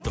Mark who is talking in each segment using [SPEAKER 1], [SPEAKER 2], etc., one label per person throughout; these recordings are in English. [SPEAKER 1] The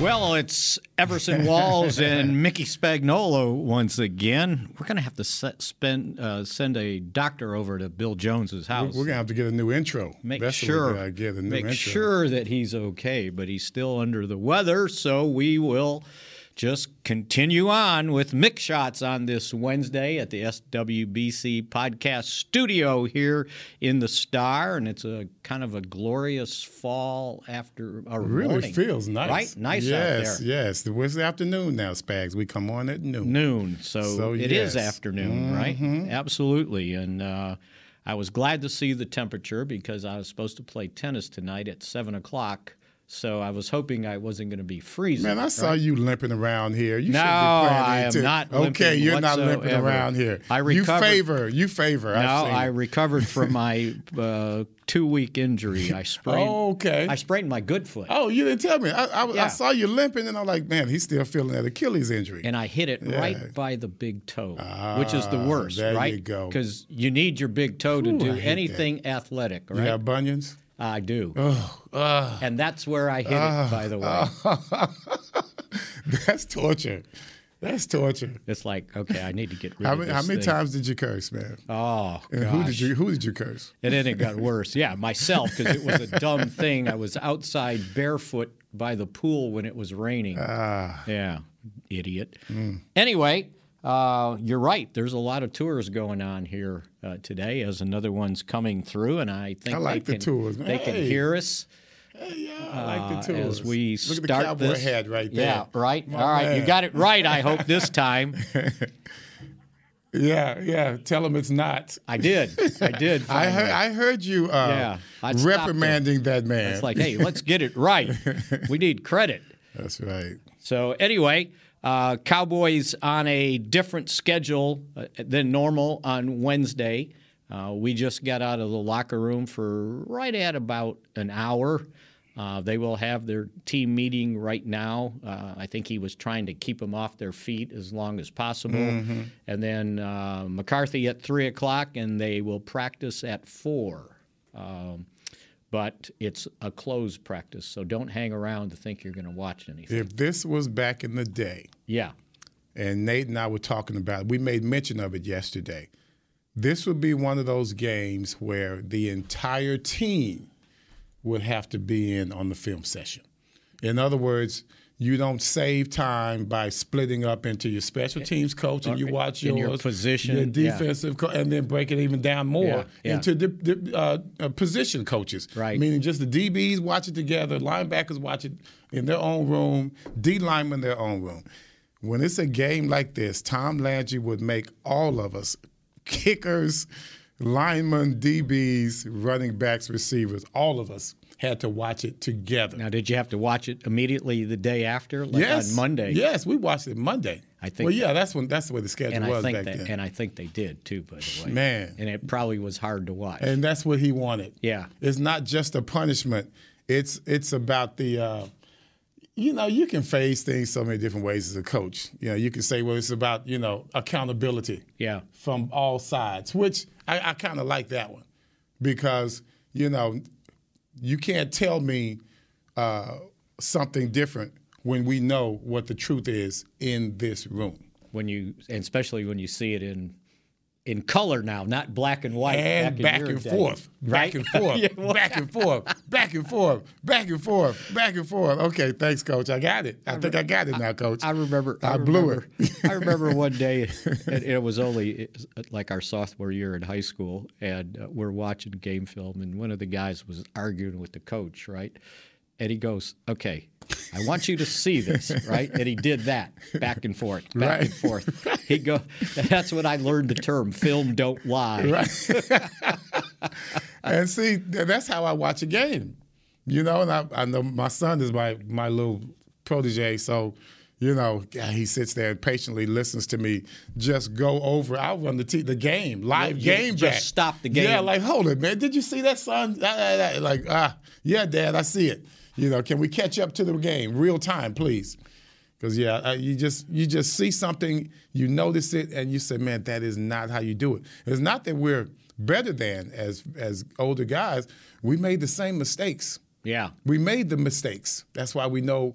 [SPEAKER 2] Well, it's Everson Walls and Mickey Spagnolo once again. We're going to have to set, spend, uh, send a doctor over to Bill Jones's
[SPEAKER 3] We're
[SPEAKER 2] house.
[SPEAKER 3] going to have to get a new intro.
[SPEAKER 2] make
[SPEAKER 3] That's the way
[SPEAKER 2] sure
[SPEAKER 3] that I get a new
[SPEAKER 2] make
[SPEAKER 3] intro.
[SPEAKER 2] sure that he's okay, but he's still under the weather, so we will just continue on with mix shots on this Wednesday at the SWBC podcast studio here in the Star, and it's a kind of a glorious fall after or
[SPEAKER 3] It really
[SPEAKER 2] morning,
[SPEAKER 3] feels nice.
[SPEAKER 2] right? Nice
[SPEAKER 3] yes,
[SPEAKER 2] out there.
[SPEAKER 3] Yes, The It's afternoon now, Spags. We come on at noon.
[SPEAKER 2] noon. So,
[SPEAKER 3] So,
[SPEAKER 2] it is
[SPEAKER 3] yes. Mm-hmm.
[SPEAKER 2] afternoon, right? Absolutely. And uh, I was glad to see the temperature because I was supposed to play tennis tonight at seven o'clock. So I was hoping I wasn't going to be freezing.
[SPEAKER 3] Man, I saw you limping around here. You
[SPEAKER 2] No,
[SPEAKER 3] should be playing
[SPEAKER 2] I
[SPEAKER 3] here,
[SPEAKER 2] am
[SPEAKER 3] too.
[SPEAKER 2] not
[SPEAKER 3] Okay,
[SPEAKER 2] limping
[SPEAKER 3] you're not limping
[SPEAKER 2] whatsoever.
[SPEAKER 3] around here.
[SPEAKER 2] I recovered-
[SPEAKER 3] You favor. You favor.
[SPEAKER 2] No,
[SPEAKER 3] I've seen
[SPEAKER 2] I
[SPEAKER 3] it.
[SPEAKER 2] recovered from my uh, two-week injury. I sprained.
[SPEAKER 3] Oh, okay.
[SPEAKER 2] I sprained my good foot,
[SPEAKER 3] oh, you didn't tell me. I, I,
[SPEAKER 2] Yeah.
[SPEAKER 3] I saw you limping, and I'm like, man, he's still feeling that Achilles injury.
[SPEAKER 2] and I hit it
[SPEAKER 3] Yeah.
[SPEAKER 2] right by the big toe, which is the
[SPEAKER 3] Ah,
[SPEAKER 2] worst,
[SPEAKER 3] there you
[SPEAKER 2] right?
[SPEAKER 3] go.
[SPEAKER 2] Because you need your big toe to do anything athletic,
[SPEAKER 3] you
[SPEAKER 2] right?
[SPEAKER 3] have bunions?
[SPEAKER 2] I do. and that's where I hit it, by the way.
[SPEAKER 3] That's torture. That's torture.
[SPEAKER 2] it's like, okay, I need to get rid
[SPEAKER 3] How
[SPEAKER 2] of
[SPEAKER 3] many,
[SPEAKER 2] this
[SPEAKER 3] how many
[SPEAKER 2] thing.
[SPEAKER 3] times did you curse, man?
[SPEAKER 2] Oh,
[SPEAKER 3] and who did
[SPEAKER 2] gosh.
[SPEAKER 3] you who did you curse?
[SPEAKER 2] And then it got worse. Yeah, myself, because it was a dumb thing. I was outside barefoot by the pool when it was raining.
[SPEAKER 3] Ah.
[SPEAKER 2] yeah, idiot.
[SPEAKER 3] Hmm.
[SPEAKER 2] Anyway, uh, you're right. There's a lot of tours going on here uh, today, as another one's coming through, and I think
[SPEAKER 3] I like
[SPEAKER 2] they
[SPEAKER 3] the
[SPEAKER 2] can,
[SPEAKER 3] tours, man.
[SPEAKER 2] They can
[SPEAKER 3] Hey.
[SPEAKER 2] hear us.
[SPEAKER 3] Yeah, I like the
[SPEAKER 2] uh,
[SPEAKER 3] two.
[SPEAKER 2] as we
[SPEAKER 3] Look
[SPEAKER 2] start
[SPEAKER 3] at the cowboy
[SPEAKER 2] this.
[SPEAKER 3] head right there.
[SPEAKER 2] Yeah, right. All right, you
[SPEAKER 3] man.
[SPEAKER 2] got it right. I hope this time.
[SPEAKER 3] Yeah, yeah. Tell him it's not.
[SPEAKER 2] I did. I did.
[SPEAKER 3] I
[SPEAKER 2] finally.
[SPEAKER 3] heard, I heard you uh,
[SPEAKER 2] Yeah, I'd stop
[SPEAKER 3] reprimanding that man.
[SPEAKER 2] It's like, hey, let's get it right. We need credit.
[SPEAKER 3] That's right.
[SPEAKER 2] So anyway, uh, Cowboys on a different schedule uh, than normal on Wednesday. Uh, we just got out of the locker room for right at about an hour. Uh, they will have their team meeting right now. Uh, I think he was trying to keep them off their feet as long as possible. And then uh, McCarthy at 3 o'clock, and they will practice at 4. Um, but it's a closed practice, so don't hang around to think you're going to watch anything.
[SPEAKER 3] If this was back in the day,
[SPEAKER 2] Yeah.
[SPEAKER 3] and Nate and I were talking about it, we made mention of it yesterday. This would be one of those games where the entire team would have to be in on the film session. In other words, you don't save time by splitting up into your special teams coach and you watch
[SPEAKER 2] Eh, In
[SPEAKER 3] yours,
[SPEAKER 2] your position,
[SPEAKER 3] your
[SPEAKER 2] yeah.
[SPEAKER 3] defensive, co- and then break it even down more
[SPEAKER 2] Yeah, yeah.
[SPEAKER 3] into the, the, uh, uh, position coaches.
[SPEAKER 2] Right.
[SPEAKER 3] Meaning just the DBs watch it together, linebackers watch it in their own room, D linemen in their own room. When it's a game like this, Tom Landry would make all of us kickers, linemen, DBs, running backs, receivers, all of us had to watch it together.
[SPEAKER 2] Now, did you have to watch it immediately the day after, like
[SPEAKER 3] yes,
[SPEAKER 2] on Monday?
[SPEAKER 3] Yes, we watched it Monday.
[SPEAKER 2] I think-
[SPEAKER 3] Well, yeah, that's when that's the way the schedule
[SPEAKER 2] And I
[SPEAKER 3] was
[SPEAKER 2] think
[SPEAKER 3] back
[SPEAKER 2] that,
[SPEAKER 3] then,
[SPEAKER 2] and I think they did too, by the way.
[SPEAKER 3] Man.
[SPEAKER 2] and it probably was hard to watch.
[SPEAKER 3] and that's what he wanted.
[SPEAKER 2] Yeah.
[SPEAKER 3] it's not just a punishment. It's it's about the. Uh, you know, you can phase things so many different ways as a coach. You know, you can say, well, it's about, you know, accountability
[SPEAKER 2] Yeah.
[SPEAKER 3] from all sides, which I, I kind of like that one because, you know, you can't tell me uh, something different when we know what the truth is in this room.
[SPEAKER 2] when you, and especially when you see it in in color now, not black and white,
[SPEAKER 3] and back,
[SPEAKER 2] in your
[SPEAKER 3] and
[SPEAKER 2] day.
[SPEAKER 3] forth, back and forth, back and forth, back and forth, back and forth, back and forth. Okay, thanks, Coach. I got it. I, think I got it now, Coach.
[SPEAKER 2] I remember.
[SPEAKER 3] I, blew
[SPEAKER 2] remember-
[SPEAKER 3] it.
[SPEAKER 2] I remember one day, it, it was only it was uh, like our sophomore year in high school, and uh, we're watching game film, and one of the guys was arguing with the coach, right? And he goes, "Okay, I want you to see this, right?" And he did that back and forth, back
[SPEAKER 3] Right.
[SPEAKER 2] and forth. He go. That's when I learned the term "film don't lie."
[SPEAKER 3] and see, th- that's how I watch a game. You know, and I, I know my son is my my little protege, so You know, yeah, he sits there and patiently listens to me just go over. I run the t- the game live
[SPEAKER 2] You
[SPEAKER 3] game
[SPEAKER 2] just
[SPEAKER 3] back.
[SPEAKER 2] stop the
[SPEAKER 3] Yeah,
[SPEAKER 2] game.
[SPEAKER 3] like hold it, man. Did you see that, son? Ah, ah, ah. Like ah, yeah, Dad, I see it. You know, can we catch up to the game real time, please? Because yeah, uh, you just you just see something, you notice it, and you say, man, that is not how you do it. It's not that we're better than as as older guys. We made the same mistakes.
[SPEAKER 2] Yeah.
[SPEAKER 3] We made the mistakes. That's why we know.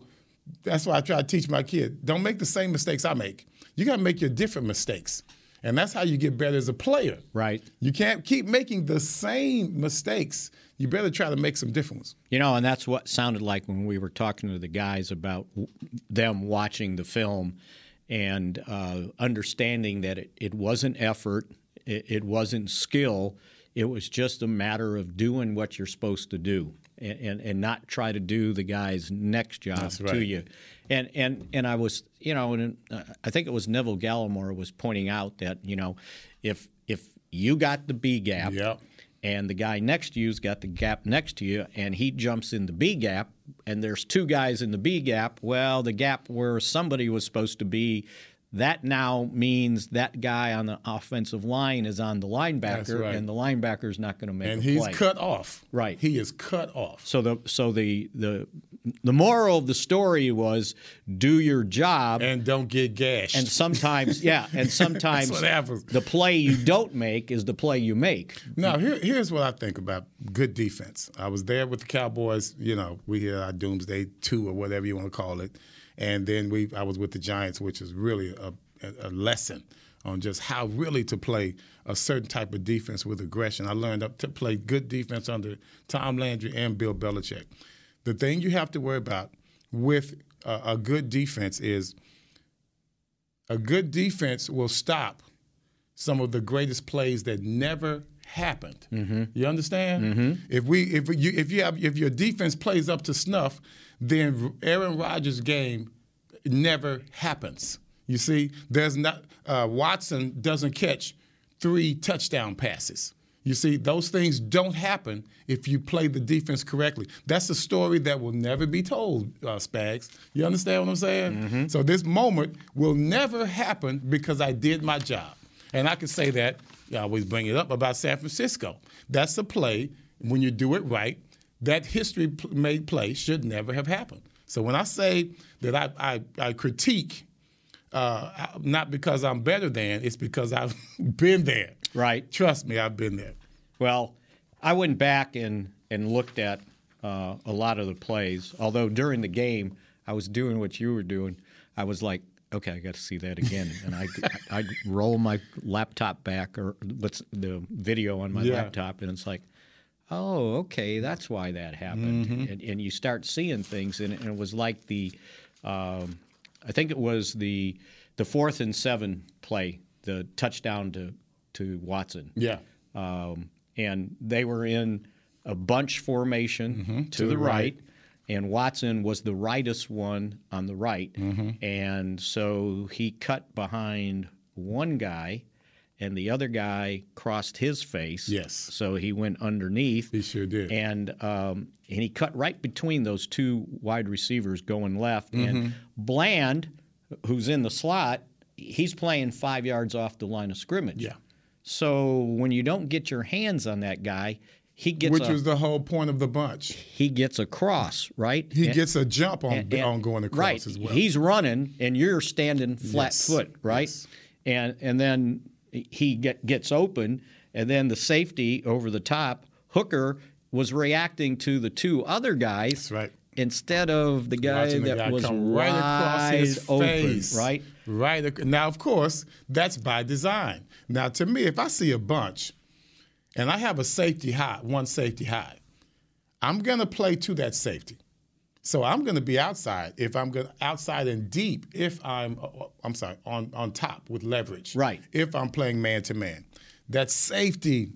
[SPEAKER 3] That's why I try to teach my kid: don't make the same mistakes I make. You got to make your different mistakes, and that's how you get better as a player.
[SPEAKER 2] Right.
[SPEAKER 3] You can't keep making the same mistakes. You better try to make some different ones.
[SPEAKER 2] You know, and that's what sounded like when we were talking to the guys about w- them watching the film and uh, understanding that it, it wasn't effort, it, it wasn't skill, it was just a matter of doing what you're supposed to do. And, and, and not try to do the guy's next job to
[SPEAKER 3] right.
[SPEAKER 2] you, and and and I was you know and uh, I think it was Neville Gallimore was pointing out that you know if if you got the B gap,
[SPEAKER 3] Yep.
[SPEAKER 2] and the guy next to you's got the gap next to you, and he jumps in the B gap, and there's two guys in the B gap. Well, the gap where somebody was supposed to be, that now means that guy on the offensive line is on the linebacker,
[SPEAKER 3] right.
[SPEAKER 2] and the linebacker's not going to make
[SPEAKER 3] And
[SPEAKER 2] a
[SPEAKER 3] he's
[SPEAKER 2] play.
[SPEAKER 3] cut off.
[SPEAKER 2] Right.
[SPEAKER 3] He is cut off.
[SPEAKER 2] So the so the the the moral of the story was do your job.
[SPEAKER 3] And don't get gashed.
[SPEAKER 2] and sometimes, yeah, and sometimes
[SPEAKER 3] what happens.
[SPEAKER 2] the play you don't make is the play you make.
[SPEAKER 3] Now, here, here's what I think about good defense. I was there with the Cowboys. You know, we hear our doomsday two or whatever you want to call it, and then we I was with the Giants, which is really a, a a lesson on just how really to play a certain type of defense with aggression. I learned up to play good defense under Tom Landry and Bill Belichick. The thing you have to worry about with a, a good defense is a good defense will stop some of the greatest plays that never happened. You understand? If we if you if you have if your defense plays up to snuff, then Aaron Rodgers' game never happens. You see, there's not uh, Watson doesn't catch three touchdown passes. You see, those things don't happen if you play the defense correctly. That's a story that will never be told, uh, Spags. You understand what I'm saying? So this moment will never happen because I did my job. And I can say that, I always bring it up about San Francisco. That's a play, when you do it right, that history p- made play should never have happened. So when I say that I, I, I critique, uh, I- not because I'm better than, it's because I've been there.
[SPEAKER 2] Right.
[SPEAKER 3] Trust me, I've been there.
[SPEAKER 2] Well, I went back and, and looked at uh, a lot of the plays. Although during the game, I was doing what you were doing. I was like, okay, I got to see that again. And I I roll my laptop back or what's the video on my
[SPEAKER 3] Yeah.
[SPEAKER 2] laptop, and it's like. Oh, okay. That's why that happened, and, and you start seeing things, and, and it was like the, um, I think it was the, the fourth and seven play, the touchdown to to Watson
[SPEAKER 3] Yeah.
[SPEAKER 2] um, and they were in a bunch formation to, the, right. and Watson was the rightest one on the right, and so he cut behind one guy, and the other guy crossed his face.
[SPEAKER 3] Yes.
[SPEAKER 2] so he went underneath.
[SPEAKER 3] He sure did.
[SPEAKER 2] and um, and he cut right between those two wide receivers going left, and Bland, who's in the slot, he's playing five yards off the line of scrimmage.
[SPEAKER 3] Yeah.
[SPEAKER 2] So when you don't get your hands on that guy, he gets
[SPEAKER 3] Which
[SPEAKER 2] a,
[SPEAKER 3] was the whole point of the bunch.
[SPEAKER 2] he gets a cross, right?
[SPEAKER 3] He
[SPEAKER 2] And-
[SPEAKER 3] gets a jump on,
[SPEAKER 2] and-
[SPEAKER 3] on going across
[SPEAKER 2] right.
[SPEAKER 3] as well.
[SPEAKER 2] He's running and you're standing flat
[SPEAKER 3] Yes.
[SPEAKER 2] foot, right?
[SPEAKER 3] Yes.
[SPEAKER 2] And and then he get, gets open and then the safety over the top, Hooker was reacting to the two other guys.
[SPEAKER 3] right.
[SPEAKER 2] Instead of the guy
[SPEAKER 3] Watching the
[SPEAKER 2] that
[SPEAKER 3] guy
[SPEAKER 2] was
[SPEAKER 3] come right across his
[SPEAKER 2] wide open,
[SPEAKER 3] face.
[SPEAKER 2] right?
[SPEAKER 3] Right. ac- Now, of course, that's by design. Now, to me, if I see a bunch and I have a safety high, one safety high, I'm going to play to that safety. So I'm going to be outside if I'm going to outside and deep if I'm uh, I'm sorry on on top with leverage.
[SPEAKER 2] Right.
[SPEAKER 3] If I'm playing man to man, that safety.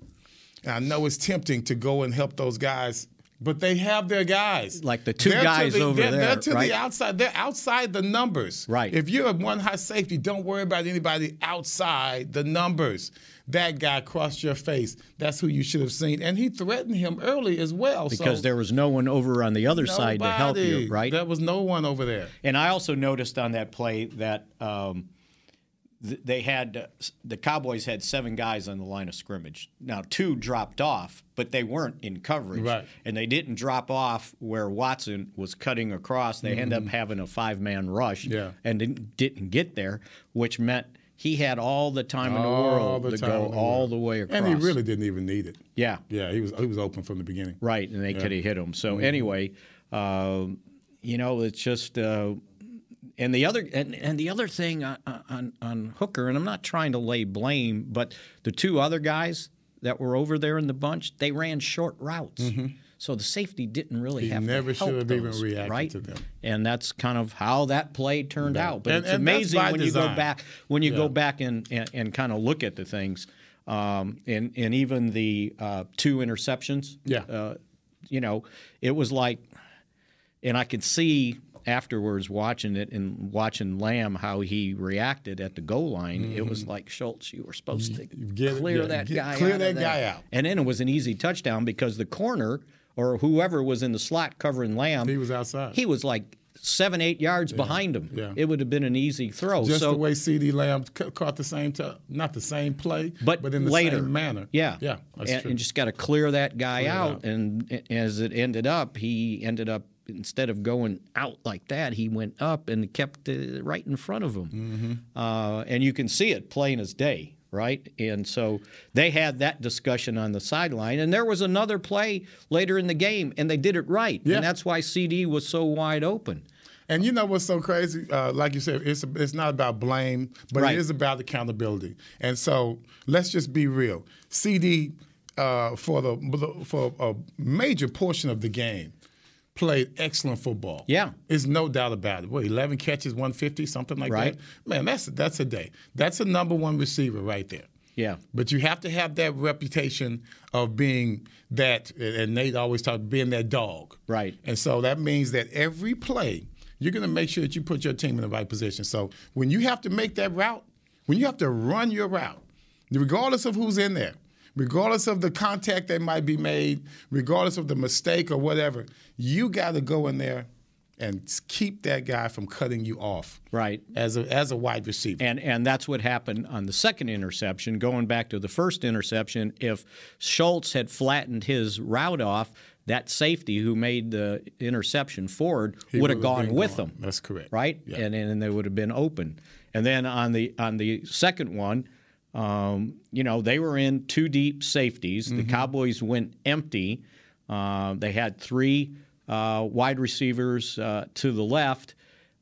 [SPEAKER 3] I know it's tempting to go and help those guys But they have their guys.
[SPEAKER 2] Like the two
[SPEAKER 3] to
[SPEAKER 2] guys
[SPEAKER 3] the-
[SPEAKER 2] over
[SPEAKER 3] they're,
[SPEAKER 2] there,
[SPEAKER 3] They're to
[SPEAKER 2] right?
[SPEAKER 3] the outside. They're outside the numbers.
[SPEAKER 2] Right.
[SPEAKER 3] If you're a one high safety, don't worry about anybody outside the numbers. That guy crossed your face. That's who you should have seen. And he threatened him early as well.
[SPEAKER 2] because
[SPEAKER 3] so
[SPEAKER 2] there was no one over on the other side to help
[SPEAKER 3] nobody.
[SPEAKER 2] you, right?
[SPEAKER 3] There was no one over there.
[SPEAKER 2] And I also noticed on that play that um, th- they had uh, s- the Cowboys had seven guys on the line of scrimmage. Now two dropped off, but they weren't in coverage,
[SPEAKER 3] Right.
[SPEAKER 2] and they didn't drop off where Watson was cutting across. They ended up having a five-man rush,
[SPEAKER 3] Mm-hmm. Yeah.
[SPEAKER 2] and didn't, didn't get there, which meant he had all the time in the
[SPEAKER 3] All
[SPEAKER 2] world
[SPEAKER 3] the
[SPEAKER 2] to
[SPEAKER 3] time
[SPEAKER 2] go
[SPEAKER 3] in the
[SPEAKER 2] all
[SPEAKER 3] world.
[SPEAKER 2] the way across.
[SPEAKER 3] And he really didn't even need it.
[SPEAKER 2] yeah,
[SPEAKER 3] Yeah, he was he was open from the beginning.
[SPEAKER 2] Right, and they could have hit him.
[SPEAKER 3] Mm-hmm.
[SPEAKER 2] So anyway, um, you know, it's just uh, and the other and, and the other thing on, on on Hooker, and I'm not trying to lay blame, but the two other guys that were over there in the bunch, they ran short routes. So the safety didn't really
[SPEAKER 3] Mm-hmm. He
[SPEAKER 2] have
[SPEAKER 3] never
[SPEAKER 2] to help
[SPEAKER 3] should have even
[SPEAKER 2] those,
[SPEAKER 3] reacted
[SPEAKER 2] right?
[SPEAKER 3] to them.
[SPEAKER 2] and that's kind of how that play turned out. But
[SPEAKER 3] And-
[SPEAKER 2] it's
[SPEAKER 3] and that's
[SPEAKER 2] amazing
[SPEAKER 3] by
[SPEAKER 2] when you go
[SPEAKER 3] design.
[SPEAKER 2] back when you go
[SPEAKER 3] Yeah.
[SPEAKER 2] back and, and, and kind of look at the things, um, and and even the uh, two interceptions.
[SPEAKER 3] Yeah.
[SPEAKER 2] uh, you know, it was like, and I could see afterwards watching it and watching Lamb how he reacted at the goal line. It was like Schultz, you were supposed to
[SPEAKER 3] Mm-hmm. get-
[SPEAKER 2] clear
[SPEAKER 3] yeah,
[SPEAKER 2] that
[SPEAKER 3] get-
[SPEAKER 2] guy
[SPEAKER 3] clear
[SPEAKER 2] out
[SPEAKER 3] that
[SPEAKER 2] of
[SPEAKER 3] guy
[SPEAKER 2] there.
[SPEAKER 3] out.
[SPEAKER 2] And then it was an easy touchdown because the corner or whoever was in the slot covering Lamb,
[SPEAKER 3] He was outside.
[SPEAKER 2] He was like seven, eight yards behind him.
[SPEAKER 3] yeah.
[SPEAKER 2] It would have been an easy throw.
[SPEAKER 3] Just
[SPEAKER 2] so
[SPEAKER 3] the way C.D. Lamb ca- caught the same, t- not the same play,
[SPEAKER 2] but,
[SPEAKER 3] in the
[SPEAKER 2] later,
[SPEAKER 3] same manner.
[SPEAKER 2] Yeah,
[SPEAKER 3] yeah, that's
[SPEAKER 2] and,
[SPEAKER 3] true.
[SPEAKER 2] and just got to clear that guy
[SPEAKER 3] Clear it
[SPEAKER 2] out.
[SPEAKER 3] out.
[SPEAKER 2] And, and as it ended up, he ended up instead of going out like that, he went up and kept uh, right in front of him.
[SPEAKER 3] Mm-hmm.
[SPEAKER 2] Uh, and you can see it plain as day, right? And so they had that discussion on the sideline. And there was another play later in the game, and they did it right.
[SPEAKER 3] Yeah.
[SPEAKER 2] And that's why CD was so wide open.
[SPEAKER 3] And you know what's so crazy? Uh, like you said, it's it's not about blame, but
[SPEAKER 2] Right.
[SPEAKER 3] it is about accountability. And so let's just be real. CD uh, for the for a major portion of the game played excellent football.
[SPEAKER 2] Yeah.
[SPEAKER 3] it's no doubt about it. What eleven catches, one fifty, something like
[SPEAKER 2] Right.
[SPEAKER 3] that. Man, that's that's a day. That's a number one receiver right there.
[SPEAKER 2] Yeah.
[SPEAKER 3] But you have to have that reputation of being that, and Nate always talked being that dog.
[SPEAKER 2] Right.
[SPEAKER 3] And so that means that every play, you're going to make sure that you put your team in the right position. So when you have to make that route, when you have to run your route, regardless of who's in there, regardless of the contact that might be made, regardless of the mistake or whatever, you got to go in there and s- keep that guy from cutting you off.
[SPEAKER 2] Right.
[SPEAKER 3] As a as a wide receiver.
[SPEAKER 2] And and that's what happened on the second interception. Going back to the first interception, if Schultz had flattened his route off, that safety who made the interception forward would have
[SPEAKER 3] would've
[SPEAKER 2] gone
[SPEAKER 3] been
[SPEAKER 2] with
[SPEAKER 3] gone.
[SPEAKER 2] him.
[SPEAKER 3] That's correct.
[SPEAKER 2] Right?
[SPEAKER 3] Yeah.
[SPEAKER 2] And and they would have been open. And then on the on the second one, um, you know, they were in two deep safeties.
[SPEAKER 3] Mm-hmm.
[SPEAKER 2] The Cowboys went empty. Uh, they had three uh, wide receivers uh, to the left,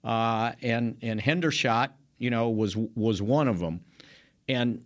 [SPEAKER 2] uh, and and Hendershot, you know, was was one of them. And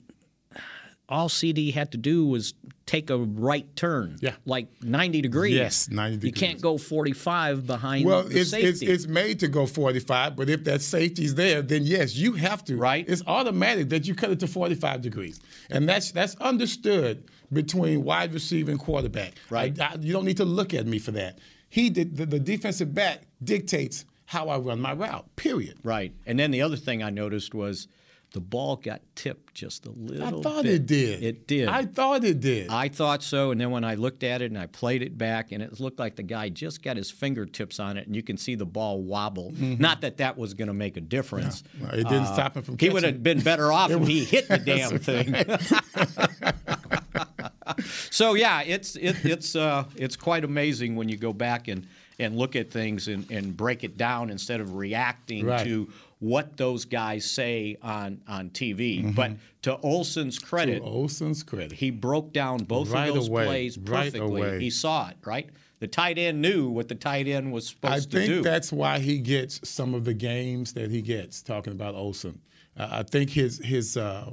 [SPEAKER 2] all CD had to do was take a right turn,
[SPEAKER 3] Yeah.
[SPEAKER 2] like ninety degrees.
[SPEAKER 3] Yes, 90
[SPEAKER 2] You can't
[SPEAKER 3] degrees.
[SPEAKER 2] go forty-five behind
[SPEAKER 3] Well,
[SPEAKER 2] the
[SPEAKER 3] it's,
[SPEAKER 2] safety.
[SPEAKER 3] it's it's made to go 45, but if that safety's there, then yes, you have to.
[SPEAKER 2] Right.
[SPEAKER 3] It's automatic that you cut it to 45 degrees, and that's that's understood between wide receiver and quarterback.
[SPEAKER 2] Right.
[SPEAKER 3] I- I- you don't need to look at me for that. He did the, the defensive back dictates how I run my route. Period.
[SPEAKER 2] Right. And then the other thing I noticed was the ball got tipped just a
[SPEAKER 3] I
[SPEAKER 2] little
[SPEAKER 3] thought
[SPEAKER 2] bit.
[SPEAKER 3] it did.
[SPEAKER 2] It did.
[SPEAKER 3] I thought it did.
[SPEAKER 2] I thought so, and then when I looked at it and I played it back, and it looked like the guy just got his fingertips on it, and you can see the ball wobble.
[SPEAKER 3] Mm-hmm.
[SPEAKER 2] Not that that was going to make a difference.
[SPEAKER 3] No, it didn't stop him from
[SPEAKER 2] uh, He would
[SPEAKER 3] catching
[SPEAKER 2] have
[SPEAKER 3] it.
[SPEAKER 2] been better off if he hit the damn thing. so yeah, it's it, it's uh, it's quite amazing when you go back and and look at things and, and break it down instead of reacting
[SPEAKER 3] Right.
[SPEAKER 2] to what those guys say on on TV.
[SPEAKER 3] Mm-hmm.
[SPEAKER 2] But to Olson's credit,
[SPEAKER 3] Olson's credit.
[SPEAKER 2] he broke down both
[SPEAKER 3] Right
[SPEAKER 2] of those
[SPEAKER 3] away,
[SPEAKER 2] plays
[SPEAKER 3] right
[SPEAKER 2] perfectly.
[SPEAKER 3] away.
[SPEAKER 2] He saw it, right? The tight end knew what the tight end was
[SPEAKER 3] I
[SPEAKER 2] supposed
[SPEAKER 3] think
[SPEAKER 2] to do.
[SPEAKER 3] that's why he gets some of the games that he gets. Talking about Olson, uh, I think his his uh,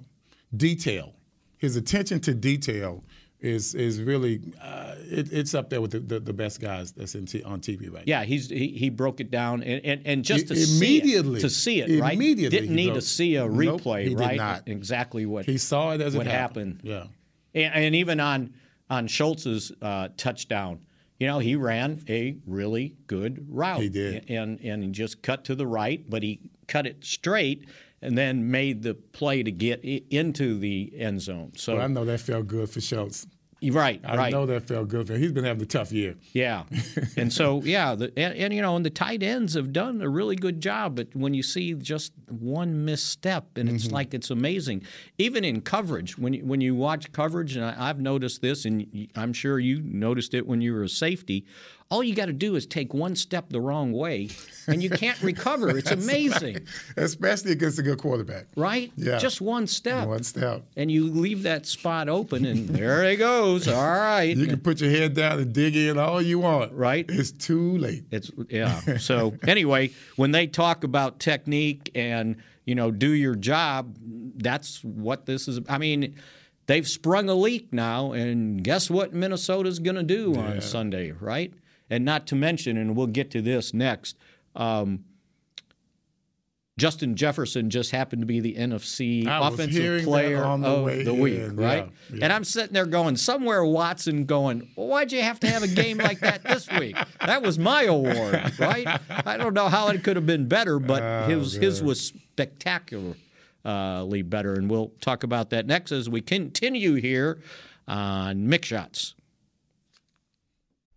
[SPEAKER 3] detail, his attention to detail, is is really uh, it, it's up there with the, the, the best guys that's in t- on TV right. now.
[SPEAKER 2] yeah, he's he, he broke it down and, and, and just to
[SPEAKER 3] I- immediately
[SPEAKER 2] see it, to see it right
[SPEAKER 3] Immediately
[SPEAKER 2] didn't
[SPEAKER 3] he
[SPEAKER 2] need to
[SPEAKER 3] broke-
[SPEAKER 2] see a
[SPEAKER 3] Nope,
[SPEAKER 2] replay
[SPEAKER 3] he did
[SPEAKER 2] right
[SPEAKER 3] not.
[SPEAKER 2] exactly what
[SPEAKER 3] He saw it as it
[SPEAKER 2] what Oh.
[SPEAKER 3] happened.
[SPEAKER 2] happened,
[SPEAKER 3] Yeah.
[SPEAKER 2] And, and even on on Schultz's uh, touchdown, you know, he ran a really good route.
[SPEAKER 3] He did.
[SPEAKER 2] And, and he just cut to the right, but he cut it straight and then made the play to get i- into the end zone. So,
[SPEAKER 3] I know that felt good for Schultz.
[SPEAKER 2] right,
[SPEAKER 3] I
[SPEAKER 2] right.
[SPEAKER 3] know that felt good for him. He's been having a tough year.
[SPEAKER 2] Yeah, and so yeah, the, and, and you know, and the tight ends have done a really good job. But when you see just one misstep, and
[SPEAKER 3] Mm-hmm.
[SPEAKER 2] it's like it's amazing. Even in coverage, when you, when you watch coverage, and I, I've noticed this, and y- I'm sure you noticed it when you were a safety. All you got to do is take one step the wrong way, and you can't recover. It's amazing,
[SPEAKER 3] Especially against a good quarterback.
[SPEAKER 2] right?
[SPEAKER 3] Yeah.
[SPEAKER 2] Just one step,
[SPEAKER 3] One step.
[SPEAKER 2] and you leave that spot open, and there it goes. All right,
[SPEAKER 3] You can put your head down and dig in all you want.
[SPEAKER 2] Right.
[SPEAKER 3] It's too late.
[SPEAKER 2] It's yeah. So anyway, when they talk about technique and you know do your job, that's what this is. I mean, they've sprung a leak now, and guess what Minnesota's going to do on Sunday, right? And not to mention, and we'll get to this next. Um, Justin Jefferson just happened to be the NFC
[SPEAKER 3] I was
[SPEAKER 2] Offensive
[SPEAKER 3] hearing
[SPEAKER 2] Player
[SPEAKER 3] that on the
[SPEAKER 2] of
[SPEAKER 3] way
[SPEAKER 2] the Week,
[SPEAKER 3] in,
[SPEAKER 2] right?
[SPEAKER 3] yeah,
[SPEAKER 2] And I'm sitting there going, somewhere Watson going, well, why'd you have to have a game like that this week? That was my award, right? I don't know how it could have been better, but
[SPEAKER 3] Oh,
[SPEAKER 2] his his was spectacularly better, and we'll talk about that next as we continue here on Mix Shots.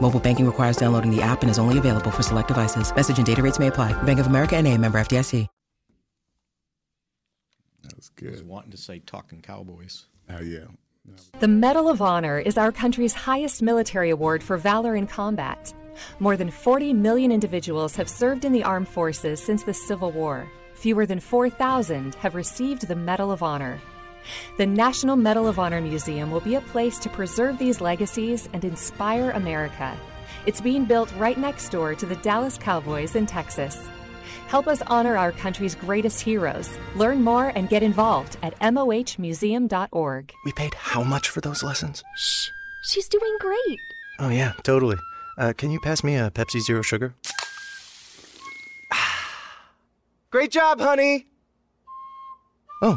[SPEAKER 4] Mobile banking requires downloading the app and is only available for select devices. Message and data rates may apply. Bank of America and a member FDIC.
[SPEAKER 3] That was
[SPEAKER 2] I was
[SPEAKER 3] good.
[SPEAKER 2] wanting to say talking cowboys.
[SPEAKER 3] Oh, yeah.
[SPEAKER 5] The Medal of Honor is our country's highest military award for valor in combat. More than 40 million individuals have served in the armed forces since the Civil War. Fewer than 4,000 have received the Medal of Honor. The National Medal of Honor Museum will be a place to preserve these legacies and inspire America. It's being built right next door to the Dallas Cowboys in Texas. Help us honor our country's greatest heroes. Learn more and get involved at mohmuseum.org.
[SPEAKER 6] We paid how much for those lessons?
[SPEAKER 5] She's doing great.
[SPEAKER 6] Oh, yeah, totally. Uh, can you pass me a Pepsi Zero Sugar? Great job, honey! Oh.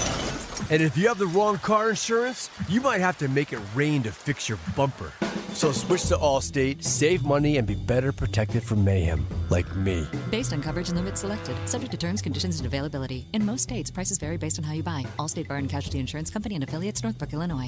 [SPEAKER 7] And if you have the wrong car insurance, you might have to make it rain to fix your bumper. So switch to Allstate, save money, and be better protected from mayhem, like me.
[SPEAKER 8] Based on coverage and limits selected, subject to terms, conditions, and availability. In most states, prices vary based on how you buy. Allstate Bar and Casualty Insurance Company and affiliates, Northbrook, Illinois.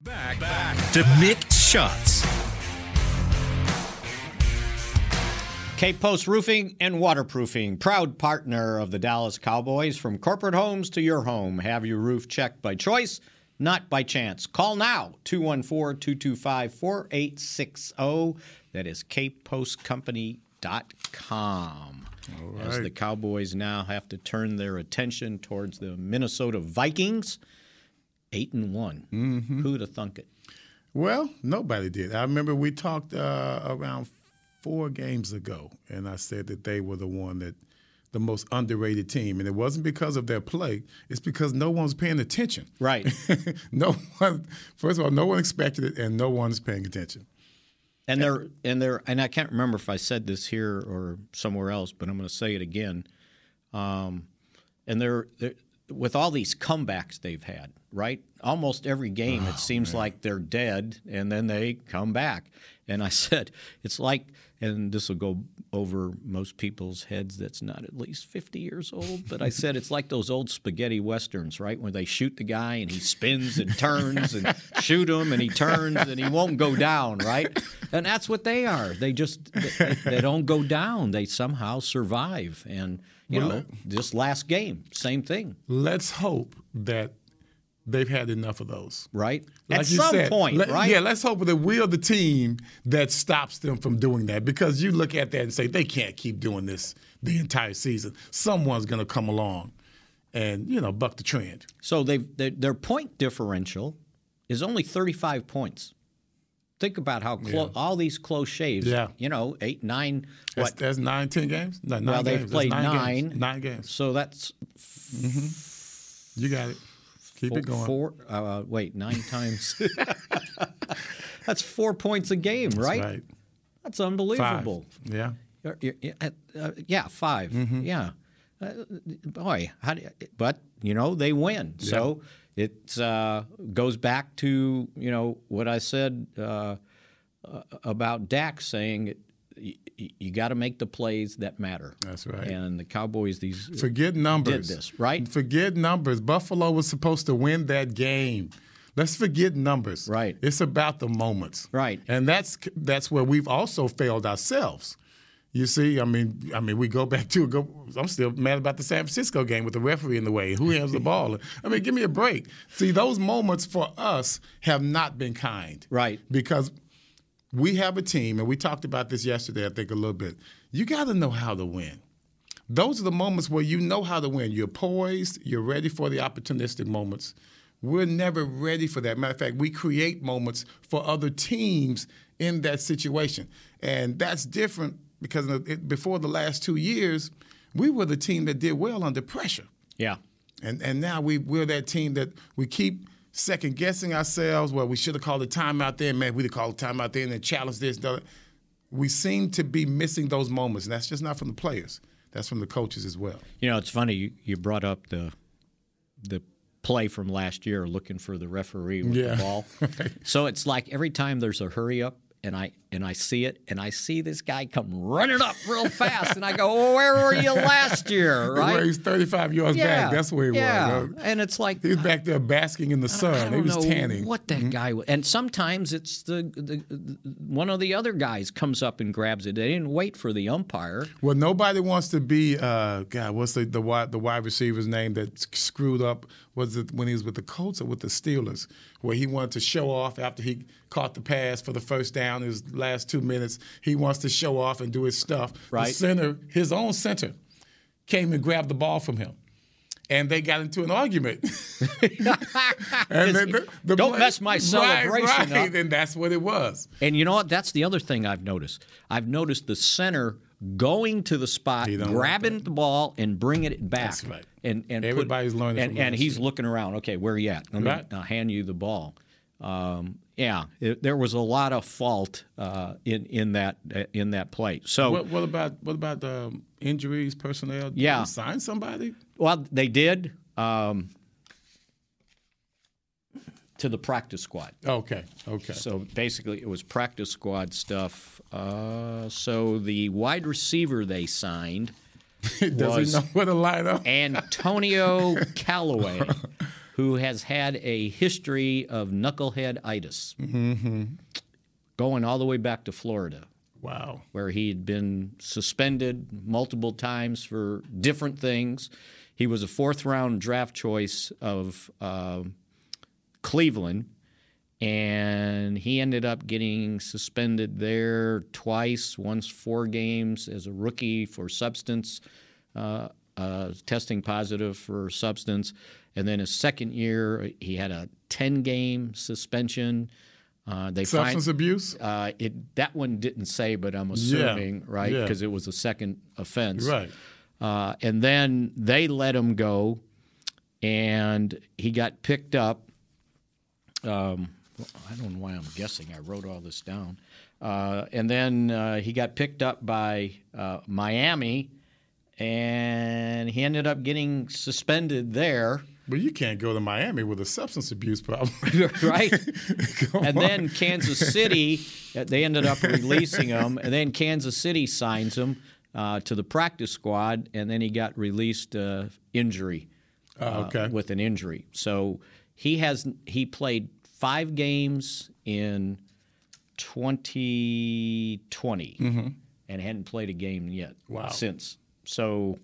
[SPEAKER 9] Back, back to mixed shots.
[SPEAKER 2] K Post Roofing and Waterproofing, proud partner of the Dallas Cowboys. From corporate homes to your home, have your roof checked by choice, not by chance. Call now, 214 225 4860. oh. That is kpostcompany.com. As the Cowboys now have to turn their attention towards the Minnesota Vikings, 8 and one Who'd have thunk it?
[SPEAKER 3] Well, nobody did. I remember we talked uh, around four games ago, and I said that they were the one that the most underrated team, and it wasn't because of their play. It's because no one's paying attention.
[SPEAKER 2] Right.
[SPEAKER 3] no one. First of all, no one expected it, and no one's paying attention.
[SPEAKER 2] And they're and they're and I can't remember if I said this here or somewhere else, but I'm going to say it again. Um, and they're, they're with all these comebacks they've had, right? Almost every game, it seems like they're dead and then they come back. And I said, it's like, and this will go over most people's heads that's not at least 50 years old, but I said, it's like those old spaghetti westerns, right? Where they shoot the guy and he spins and turns and shoot him and he turns and he won't go down, right? And that's what they are. They just, they, they don't go down. They somehow survive. And, you
[SPEAKER 3] Well,
[SPEAKER 2] know, this last game, same thing.
[SPEAKER 3] Let's hope that they've had enough of those.
[SPEAKER 2] Right? At some point, right?
[SPEAKER 3] Yeah, let's hope that we are the team that stops them from doing that because you look at that and say they can't keep doing this the entire season. Someone's going to come along and, you know, buck the trend.
[SPEAKER 2] So they've their, their point differential is only 35 points. Think about how close all these close shaves.
[SPEAKER 3] Yeah.
[SPEAKER 2] You know, eight, nine.
[SPEAKER 3] That's,
[SPEAKER 2] what?
[SPEAKER 3] that's nine, ten games? No, nine
[SPEAKER 2] well, they've
[SPEAKER 3] games. That's
[SPEAKER 2] played
[SPEAKER 3] nine
[SPEAKER 2] nine.
[SPEAKER 3] games. Nine games.
[SPEAKER 2] So that's
[SPEAKER 3] You got it. Keep
[SPEAKER 2] four,
[SPEAKER 3] it going.
[SPEAKER 2] Four. Uh, wait, nine times. that's four points a game, right?
[SPEAKER 3] right.
[SPEAKER 2] That's unbelievable.
[SPEAKER 3] Yeah.
[SPEAKER 2] You're- you're- you're at- uh, yeah, 5
[SPEAKER 3] Mm-hmm.
[SPEAKER 2] Yeah, Uh, boy, how do you- but you know they win, so it uh, goes back to you know what I said uh, uh, about Dak saying you, you got to make the plays that matter.
[SPEAKER 3] That's right.
[SPEAKER 2] And the Cowboys these
[SPEAKER 3] Forget numbers.
[SPEAKER 2] did this right.
[SPEAKER 3] Forget numbers. Buffalo was supposed to win that game. Let's forget numbers. Right. It's about the moments.
[SPEAKER 2] Right.
[SPEAKER 3] And that's that's where we've also failed ourselves. You see, I mean, I mean, we go back to go. I'm still mad about the San Francisco game with the referee in the way. Who handles the ball? I mean, give me a break. See, those moments for us have not been kind.
[SPEAKER 2] Right.
[SPEAKER 3] Because we have a team, and we talked about this yesterday, I think, a little bit. You got to know how to win. Those are the moments where you know how to win. You're poised, you're ready for the opportunistic moments. We're never ready for that. Matter of fact, we create moments for other teams in that situation. And that's different because of it- before the last two years, we were the team that did well under pressure.
[SPEAKER 2] Yeah.
[SPEAKER 3] And and now we we're that team that we keep second guessing ourselves. Well, we should have called a timeout there, man. We'd have called a timeout there and then challenged this. the other. We seem to be missing those moments, and that's just not from the players. That's from the coaches as well.
[SPEAKER 2] You know, it's funny you, you brought up the the play from last year looking for the referee with
[SPEAKER 3] Yeah.
[SPEAKER 2] the ball. so it's like every time there's a hurry up and I and I see it and I see this guy come running up real fast and I go, well, "Where were you last year?" Right?
[SPEAKER 3] Where he's 35 yards
[SPEAKER 2] Yeah,
[SPEAKER 3] back. That's where he
[SPEAKER 2] yeah.
[SPEAKER 3] was.
[SPEAKER 2] And it's like
[SPEAKER 3] he was back there basking in the sun.
[SPEAKER 2] I
[SPEAKER 3] he
[SPEAKER 2] don't
[SPEAKER 3] was
[SPEAKER 2] know
[SPEAKER 3] tanning. Mm-hmm.
[SPEAKER 2] What that guy was. And sometimes it's the, the, the one of the other guys comes up and grabs it. They didn't wait for the umpire.
[SPEAKER 3] Well, nobody wants to be uh, God. What's the the wide the wide receiver's name that s- screwed up? Was it when he was with the Colts or with the Steelers, where he wanted to show off after he caught the pass for the first down? His last two minutes, he wants to show off and do his stuff. The
[SPEAKER 2] Right.
[SPEAKER 3] center, his own center, came and grabbed the ball from him, and they got into an argument. and then
[SPEAKER 2] Don't mess my celebration
[SPEAKER 3] right, right,
[SPEAKER 2] up.
[SPEAKER 3] And that's what it was.
[SPEAKER 2] And you know what? That's the other thing I've noticed. I've noticed the center going to the spot,
[SPEAKER 3] don't
[SPEAKER 2] grabbing the ball, and bringing it back.
[SPEAKER 3] That's right.
[SPEAKER 2] And and put-
[SPEAKER 3] Everybody's learning
[SPEAKER 2] And,
[SPEAKER 3] from
[SPEAKER 2] and
[SPEAKER 3] last
[SPEAKER 2] he's
[SPEAKER 3] year.
[SPEAKER 2] looking around. Okay, where you at? Let me
[SPEAKER 3] Right.
[SPEAKER 2] I'll hand you the ball. Um, yeah, it, there was a lot of fault uh, in in that uh, in that play. So
[SPEAKER 3] What, what about what about um, injuries, personnel? Did
[SPEAKER 2] Yeah.
[SPEAKER 3] they sign somebody.
[SPEAKER 2] Well, they did um, to the practice squad.
[SPEAKER 3] Okay. Okay.
[SPEAKER 2] So basically, it was practice squad stuff. Uh, so the wide receiver they signed
[SPEAKER 3] Does
[SPEAKER 2] was
[SPEAKER 3] he know where to line up?
[SPEAKER 2] Antonio Callaway, who has had a history of knucklehead itis, going all the way back to Florida.
[SPEAKER 3] Wow.
[SPEAKER 2] where he had been suspended multiple times for different things. He was a fourth round draft choice of um Cleveland, and he ended up getting suspended there twice once four games as a rookie for substance, uh, uh, testing positive for substance. And then his second year, he had a 10 game suspension. Uh, they fin-
[SPEAKER 3] Substance abuse.
[SPEAKER 2] uh, it that one didn't say, but I'm assuming, right?
[SPEAKER 3] yeah.
[SPEAKER 2] Because it was a second offense,
[SPEAKER 3] Right.
[SPEAKER 2] Uh, and then they let him go, and he got picked up. Um, well, I don't know why I'm guessing. I wrote all this down, uh, and then uh, he got picked up by uh, Miami and he ended up getting suspended there.
[SPEAKER 3] But you can't go to Miami with a substance abuse problem,
[SPEAKER 2] right? and then Kansas City, they ended up releasing him, and then Kansas City signs him uh, to the practice squad, and then he got released uh, injury
[SPEAKER 3] Oh, okay.
[SPEAKER 2] with an injury. So he has he played five games in 2020
[SPEAKER 3] Mhm.
[SPEAKER 2] and hadn't played a game yet
[SPEAKER 3] Wow.
[SPEAKER 2] since. So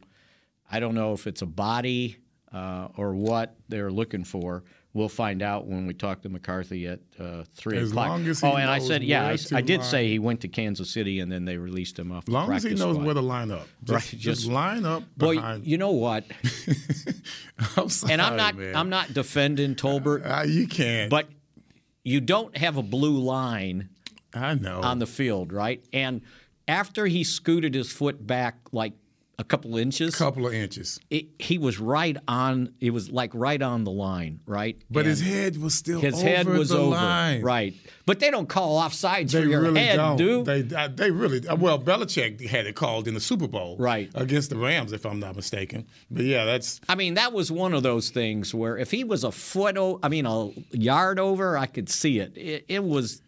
[SPEAKER 2] I don't know if it's a body uh, or what they're looking for. We'll find out when we talk to McCarthy at uh, three
[SPEAKER 3] As
[SPEAKER 2] o'clock.
[SPEAKER 3] long as he
[SPEAKER 2] oh, and I
[SPEAKER 3] knows
[SPEAKER 2] said, yeah,
[SPEAKER 3] where
[SPEAKER 2] I,
[SPEAKER 3] to
[SPEAKER 2] I did
[SPEAKER 3] line-
[SPEAKER 2] say he went to Kansas City and then they released him off. the
[SPEAKER 3] long as he
[SPEAKER 2] practice
[SPEAKER 3] knows
[SPEAKER 2] squad.
[SPEAKER 3] where to line up. Just,
[SPEAKER 2] Right,
[SPEAKER 3] just,
[SPEAKER 2] just-
[SPEAKER 3] line up
[SPEAKER 2] Well,
[SPEAKER 3] behind.
[SPEAKER 2] you know what?
[SPEAKER 3] I'm sorry,
[SPEAKER 2] and I'm not
[SPEAKER 3] man. Ah,
[SPEAKER 2] I'm not defending Tolbert.
[SPEAKER 3] you can't.
[SPEAKER 2] But you don't have a blue line.
[SPEAKER 3] I know
[SPEAKER 2] on the field, right? And after he scooted his foot back like a couple inches,
[SPEAKER 3] couple of inches,
[SPEAKER 2] it, he was right on. It was like right on the line, right?
[SPEAKER 3] But his
[SPEAKER 2] And
[SPEAKER 3] head was still
[SPEAKER 2] his head
[SPEAKER 3] over
[SPEAKER 2] was
[SPEAKER 3] the
[SPEAKER 2] over,
[SPEAKER 3] line.
[SPEAKER 2] right? But they don't call offsides for your
[SPEAKER 3] really
[SPEAKER 2] head,
[SPEAKER 3] don't.
[SPEAKER 2] do
[SPEAKER 3] They, I- they really uh, well. Belichick had it called in the Super Bowl,
[SPEAKER 2] Right.
[SPEAKER 3] against the Rams, if I'm not mistaken. But yeah, that's
[SPEAKER 2] I mean, that was one of those things where if he was a foot, o- I mean, a yard over, I could see it. It, it was,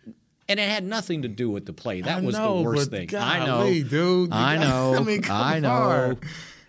[SPEAKER 2] and it had nothing to do with the play. That
[SPEAKER 3] I
[SPEAKER 2] was
[SPEAKER 3] know,
[SPEAKER 2] the worst
[SPEAKER 3] but
[SPEAKER 2] thing. I know,
[SPEAKER 3] golly, dude. You
[SPEAKER 2] I
[SPEAKER 3] got-
[SPEAKER 2] know.
[SPEAKER 3] I mean, come
[SPEAKER 2] I know.
[SPEAKER 3] on.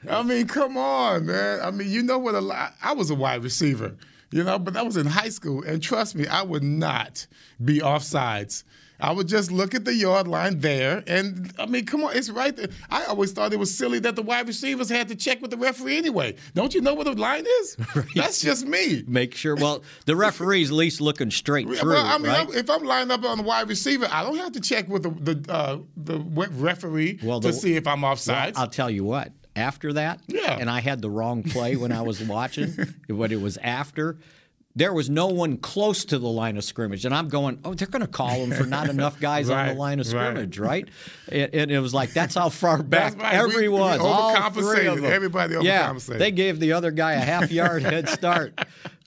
[SPEAKER 3] I mean, come on, man. I mean, you know what? A lot, I was a wide receiver, you know, but I was in high school, and trust me, I would not be offsides. I would just look at the yard line there, and I mean, come on, it's right there. I always thought it was silly that the wide receivers had to check with the referee anyway. Don't you know where the line is? That's just me.
[SPEAKER 2] Make sure. Well, the referee's at least looking straight through.
[SPEAKER 3] well, I mean,
[SPEAKER 2] right?
[SPEAKER 3] I'm- if I'm lined up on the wide receiver, I don't have to check with the the, uh, the we- referee to
[SPEAKER 2] the-
[SPEAKER 3] see if I'm offside.
[SPEAKER 2] I'll tell you what. After that,
[SPEAKER 3] Yeah.
[SPEAKER 2] and I had the wrong play when I was watching. what it was after, there was no one close to the line of scrimmage, and I'm going, oh, they're going to call him for not enough guys on
[SPEAKER 3] Right,
[SPEAKER 2] the line of
[SPEAKER 3] right.
[SPEAKER 2] scrimmage, right? And, and it was like that's how far back
[SPEAKER 3] right. We-
[SPEAKER 2] everyone,
[SPEAKER 3] we
[SPEAKER 2] all three
[SPEAKER 3] overcompensated.
[SPEAKER 2] of them.
[SPEAKER 3] Everybody
[SPEAKER 2] yeah,
[SPEAKER 3] overcompensated.
[SPEAKER 2] they gave the other guy a half yard head start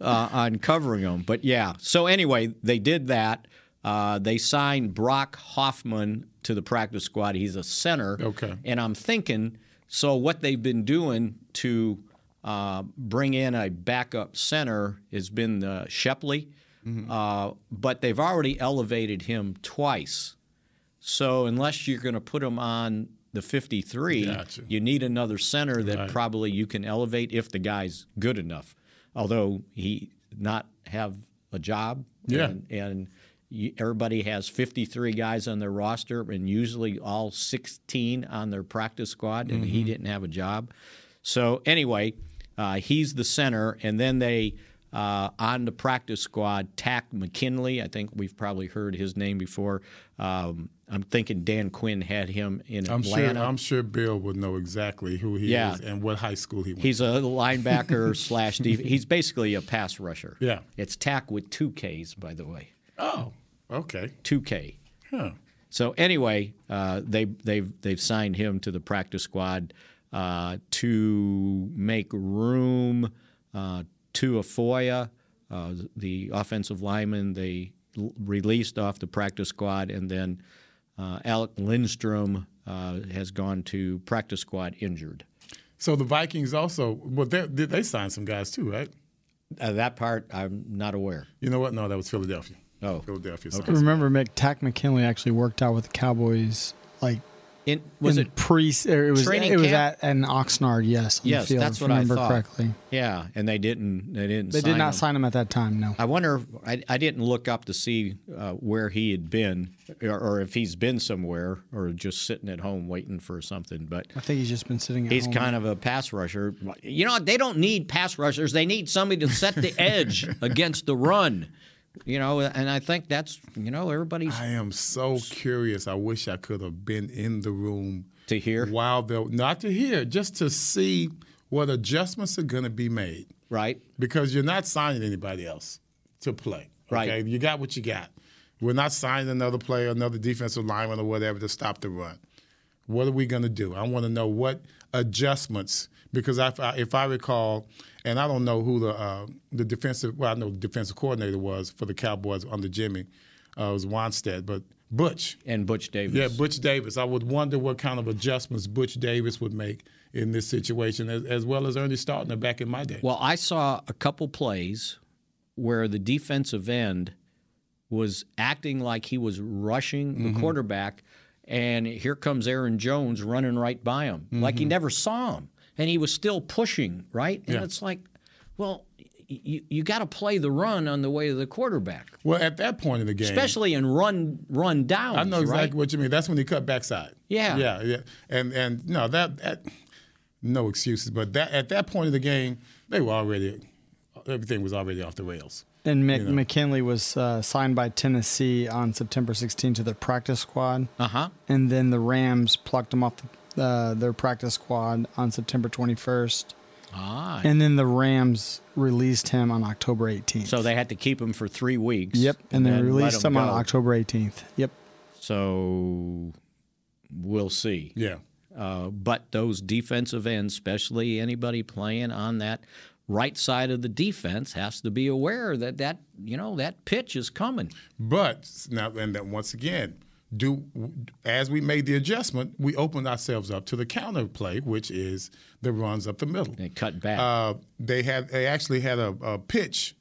[SPEAKER 2] uh, on covering him. But yeah, so anyway, they did that. Uh, they signed Brock Hoffman to the practice squad. He's a center.
[SPEAKER 3] Okay.
[SPEAKER 2] And I'm thinking, so what they've been doing to uh, bring in a backup center has been uh, Shepley,
[SPEAKER 3] Mm-hmm.
[SPEAKER 2] uh, but they've already elevated him twice. So unless you're going to put him on the 53,
[SPEAKER 3] Gotcha.
[SPEAKER 2] you need another center that probably you can elevate if the guy's good enough. Although he not have a job,
[SPEAKER 3] Yeah.
[SPEAKER 2] and, and you, everybody has 53 guys on their roster, and usually all 16 on their practice squad, and
[SPEAKER 3] Mm-hmm.
[SPEAKER 2] he didn't have a job. So anyway, uh, he's the center, and then they. Uh, on the practice squad, Tack McKinley. I think we've probably heard his name before. Um, I'm thinking Dan Quinn had him in
[SPEAKER 3] I'm
[SPEAKER 2] Atlanta.
[SPEAKER 3] sure. I'm sure Bill would know exactly who he
[SPEAKER 2] Yeah.
[SPEAKER 3] is and what high school he went.
[SPEAKER 2] He's a linebacker slash def- he's basically a pass rusher.
[SPEAKER 3] Yeah.
[SPEAKER 2] It's Tack with two Ks, by the way.
[SPEAKER 3] oh, okay.
[SPEAKER 2] Two K.
[SPEAKER 3] Huh.
[SPEAKER 2] So anyway, uh, they they've they've signed him to the practice squad uh, to make room uh, to Afoya, uh, the offensive lineman they l- released off the practice squad, and then uh, Alec Lindstrom uh, has gone to practice squad injured.
[SPEAKER 3] So the Vikings also. Well, they, did they sign some guys too, right?
[SPEAKER 2] Uh, that part I'm not aware.
[SPEAKER 3] You know what? No, that was Philadelphia.
[SPEAKER 2] Oh,
[SPEAKER 3] Philadelphia.
[SPEAKER 10] I
[SPEAKER 3] signed some.
[SPEAKER 10] remember Mick Tack McKinley actually worked out with the Cowboys like
[SPEAKER 2] In, was
[SPEAKER 10] in
[SPEAKER 2] it
[SPEAKER 10] pre or it was
[SPEAKER 2] training
[SPEAKER 10] it was
[SPEAKER 2] camp?
[SPEAKER 10] at an Oxnard, yes, on
[SPEAKER 2] Yes,
[SPEAKER 10] the field,
[SPEAKER 2] that's
[SPEAKER 10] if
[SPEAKER 2] what
[SPEAKER 10] I
[SPEAKER 2] I
[SPEAKER 10] remember
[SPEAKER 2] thought.
[SPEAKER 10] correctly.
[SPEAKER 2] Yeah, and they didn't. They didn't.
[SPEAKER 10] They did
[SPEAKER 2] sign
[SPEAKER 10] not
[SPEAKER 2] him.
[SPEAKER 10] sign him at that time, no.
[SPEAKER 2] I wonder. if- I, I didn't look up to see uh, where he had been, or, or if he's been somewhere, or just sitting at home waiting for something. But
[SPEAKER 10] I think he's just been sitting at
[SPEAKER 2] he's
[SPEAKER 10] home.
[SPEAKER 2] kind of a pass rusher. You know, they don't need pass rushers. They need somebody to set the edge against the run. You know, and I think that's you know everybody's
[SPEAKER 3] I am so curious. I wish I could have been in the room
[SPEAKER 2] to hear
[SPEAKER 3] while they not to hear, just to see what adjustments are going to be made.
[SPEAKER 2] right.
[SPEAKER 3] because you're not signing anybody else to play.
[SPEAKER 2] Right.
[SPEAKER 3] Okay? You got what you got. We're not signing another player, another defensive lineman or whatever to stop the run. What are we going to do? I want to know what adjustments because if I, if I recall, and I don't know who the uh, the defensive well I know the defensive coordinator was for the Cowboys under Jimmy uh, it was Wanstead, but Butch.
[SPEAKER 2] And Butch Davis.
[SPEAKER 3] Yeah, Butch Davis. I would wonder what kind of adjustments Butch Davis would make in this situation, as, as well as Ernie Stautner back in my day.
[SPEAKER 2] Well, I saw a couple plays where the defensive end was acting like he was rushing the
[SPEAKER 3] Mm-hmm.
[SPEAKER 11] Mhm.
[SPEAKER 2] quarterback, and here comes Aaron Jones running right by him, like he
[SPEAKER 11] Mhm.
[SPEAKER 2] never saw him, and he was still pushing, right? And
[SPEAKER 3] Mm-hmm. Yeah.
[SPEAKER 2] it's like, well, you, you got to play the run on the way to the quarterback,
[SPEAKER 3] Well, at that point in the game,
[SPEAKER 2] especially in run run downs.
[SPEAKER 3] I know
[SPEAKER 2] right?
[SPEAKER 3] exactly what you mean. That's when he cut backside.
[SPEAKER 2] Yeah.
[SPEAKER 3] yeah, yeah. And and no, that, that no excuses. But that at that point of the game, they were already everything was already off the rails.
[SPEAKER 10] And Mc,
[SPEAKER 3] You know.
[SPEAKER 10] McKinley was uh, signed by Tennessee on September 16 to their practice squad.
[SPEAKER 2] Uh huh.
[SPEAKER 10] And then the Rams plucked him off the, uh, their practice squad on September 21st.
[SPEAKER 2] Ah.
[SPEAKER 10] And then the Rams released him on October 18th.
[SPEAKER 2] so they had to keep him for three weeks.
[SPEAKER 10] Yep. And, they
[SPEAKER 2] then let
[SPEAKER 10] released him on
[SPEAKER 2] go.
[SPEAKER 10] October 18th. Yep.
[SPEAKER 2] So we'll see.
[SPEAKER 3] Yeah.
[SPEAKER 2] Uh, but those defensive ends, especially anybody playing on that right side of the defense, has to be aware that that you know that pitch is coming.
[SPEAKER 3] But now, and then once again, do as we made the adjustment, we opened ourselves up to the counter play, which is the runs up the middle.
[SPEAKER 2] And cut back.
[SPEAKER 3] Uh, they had they actually had a, a pitch.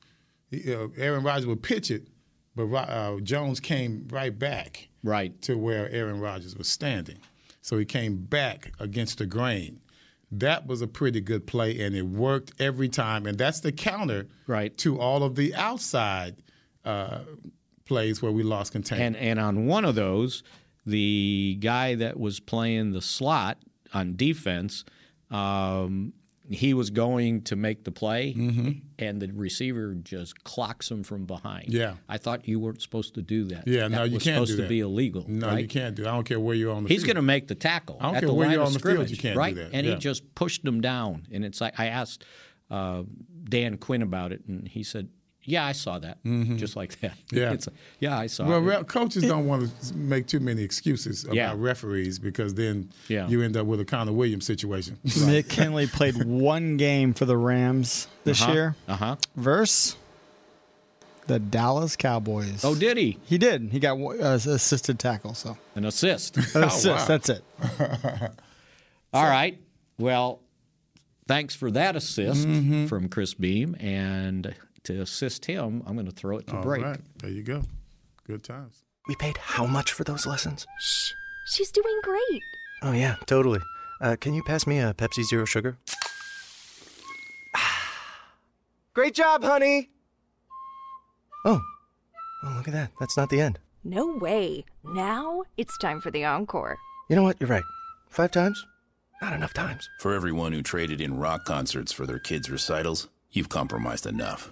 [SPEAKER 3] He- uh, Aaron Rodgers would pitch it, but Ro- uh, Jones came right back.
[SPEAKER 2] Right
[SPEAKER 3] to where Aaron Rodgers was standing, so he came back against the grain. That was a pretty good play, and it worked every time. And that's the counter
[SPEAKER 2] right.
[SPEAKER 3] to all of the outside uh, plays where we lost
[SPEAKER 2] And
[SPEAKER 3] containment.
[SPEAKER 2] and on one of those, the guy that was playing the slot on defense, um, he was going to make the play,
[SPEAKER 3] Mm-hmm.
[SPEAKER 2] and the receiver just clocks him from behind.
[SPEAKER 3] Yeah.
[SPEAKER 2] I thought you weren't supposed to do that.
[SPEAKER 3] yeah,
[SPEAKER 2] that
[SPEAKER 3] no, you
[SPEAKER 2] was
[SPEAKER 3] can't
[SPEAKER 2] supposed
[SPEAKER 3] do
[SPEAKER 2] to
[SPEAKER 3] that.
[SPEAKER 2] be illegal.
[SPEAKER 3] No,
[SPEAKER 2] right?
[SPEAKER 3] you can't do. it. I don't care where you're on the.
[SPEAKER 2] He's
[SPEAKER 3] field.
[SPEAKER 2] going to make the tackle.
[SPEAKER 3] Hmm. I don't
[SPEAKER 2] at
[SPEAKER 3] care
[SPEAKER 2] the
[SPEAKER 3] where
[SPEAKER 2] line
[SPEAKER 3] you're
[SPEAKER 2] of
[SPEAKER 3] on the field,
[SPEAKER 2] scrimmage,
[SPEAKER 3] you can't do
[SPEAKER 2] right?
[SPEAKER 3] that.
[SPEAKER 2] And
[SPEAKER 3] Yeah.
[SPEAKER 2] he just pushed him down, and it's like I asked uh, Dan Quinn about it, and he said, "Yeah, I saw that,
[SPEAKER 3] Mhm.
[SPEAKER 2] just like that.
[SPEAKER 3] Yeah.
[SPEAKER 2] It's like, yeah, I saw
[SPEAKER 3] Well,
[SPEAKER 2] it.
[SPEAKER 3] re- coaches don't want to make too many excuses about
[SPEAKER 2] Yeah.
[SPEAKER 3] referees because then
[SPEAKER 2] Yeah.
[SPEAKER 3] you end up with a Connor Williams situation.
[SPEAKER 10] McKinley played one game for the Rams this
[SPEAKER 3] Uh-huh,
[SPEAKER 10] year.
[SPEAKER 2] Uh-huh.
[SPEAKER 10] Versus the Dallas Cowboys.
[SPEAKER 2] Oh, did he?
[SPEAKER 10] He did. He got one- uh, assisted tackle. So
[SPEAKER 2] An assist.
[SPEAKER 10] An assist. That's it.
[SPEAKER 2] All right. Well, thanks for that assist
[SPEAKER 3] Mm-hmm.
[SPEAKER 2] from Chris Beam, and to assist him, I'm going to throw it to
[SPEAKER 3] All
[SPEAKER 2] break.
[SPEAKER 3] right. There you go. Good times.
[SPEAKER 6] We paid how much for those lessons?
[SPEAKER 12] Shh, she's doing great.
[SPEAKER 6] Oh, yeah, totally. Uh, can you pass me a Pepsi Zero Sugar?
[SPEAKER 12] Great job, honey.
[SPEAKER 6] Oh, oh, look at that. That's not the end.
[SPEAKER 12] No way. Now it's time for the encore.
[SPEAKER 6] You know what? You're right. Five times? Not enough times.
[SPEAKER 13] For everyone who traded in rock concerts for their kids' recitals, you've compromised enough.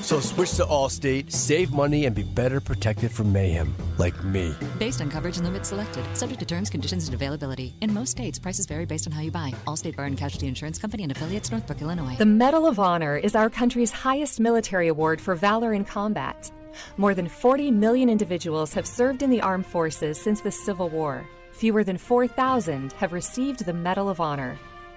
[SPEAKER 7] So switch to Allstate, save money, and be better protected from mayhem, like me.
[SPEAKER 8] Based on coverage and limits selected, subject to terms, conditions, and availability. In most states, prices vary based on how you buy. Allstate Bar and Casualty Insurance Company and affiliates, Northbrook, Illinois.
[SPEAKER 5] The Medal of Honor is our country's highest military award for valor in combat. More than 40 million individuals have served in the armed forces since the Civil War. Fewer than 4,000 have received the Medal of Honor.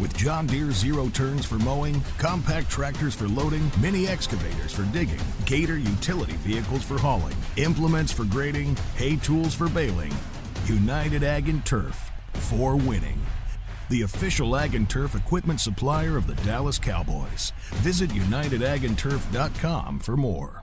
[SPEAKER 14] With John Deere zero turns for mowing, compact tractors for loading, mini excavators for digging, Gator utility vehicles for hauling, implements for grading, hay tools for baling. United Ag and Turf for winning. The official Ag and Turf equipment supplier of the Dallas Cowboys. Visit unitedagandturf.com for more.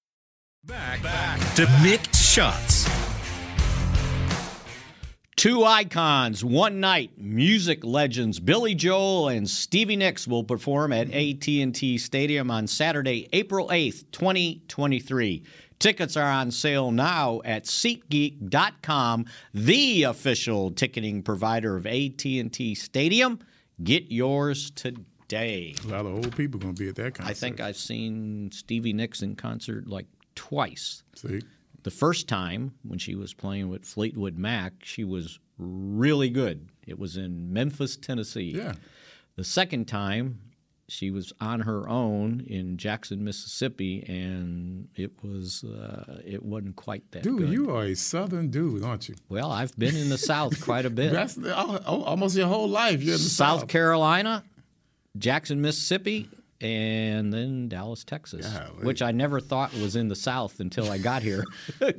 [SPEAKER 9] to mixed shots.
[SPEAKER 2] Two icons, one night, music legends Billy Joel and Stevie Nicks will perform at AT&T Stadium on Saturday, April 8th, 2023. Tickets are on sale now at SeatGeek.com, the official ticketing provider of AT&T Stadium. Get yours today.
[SPEAKER 3] A lot of old people going to be at that concert.
[SPEAKER 2] I think I've seen Stevie Nicks in concert like twice.
[SPEAKER 3] See?
[SPEAKER 2] The first time when she was playing with Fleetwood Mac, she was really good. It was in Memphis, Tennessee.
[SPEAKER 3] Yeah.
[SPEAKER 2] The second time, she was on her own in Jackson, Mississippi, and it was uh, it wasn't quite that
[SPEAKER 3] Dude,
[SPEAKER 2] good.
[SPEAKER 3] you are a Southern dude, aren't you?
[SPEAKER 2] Well, I've been in the South quite a bit.
[SPEAKER 3] That's al- al- almost your whole life. You're in the
[SPEAKER 2] South
[SPEAKER 3] South.
[SPEAKER 2] Carolina, Jackson, Mississippi, and then Dallas, Texas, which I never thought was in the South until I got here.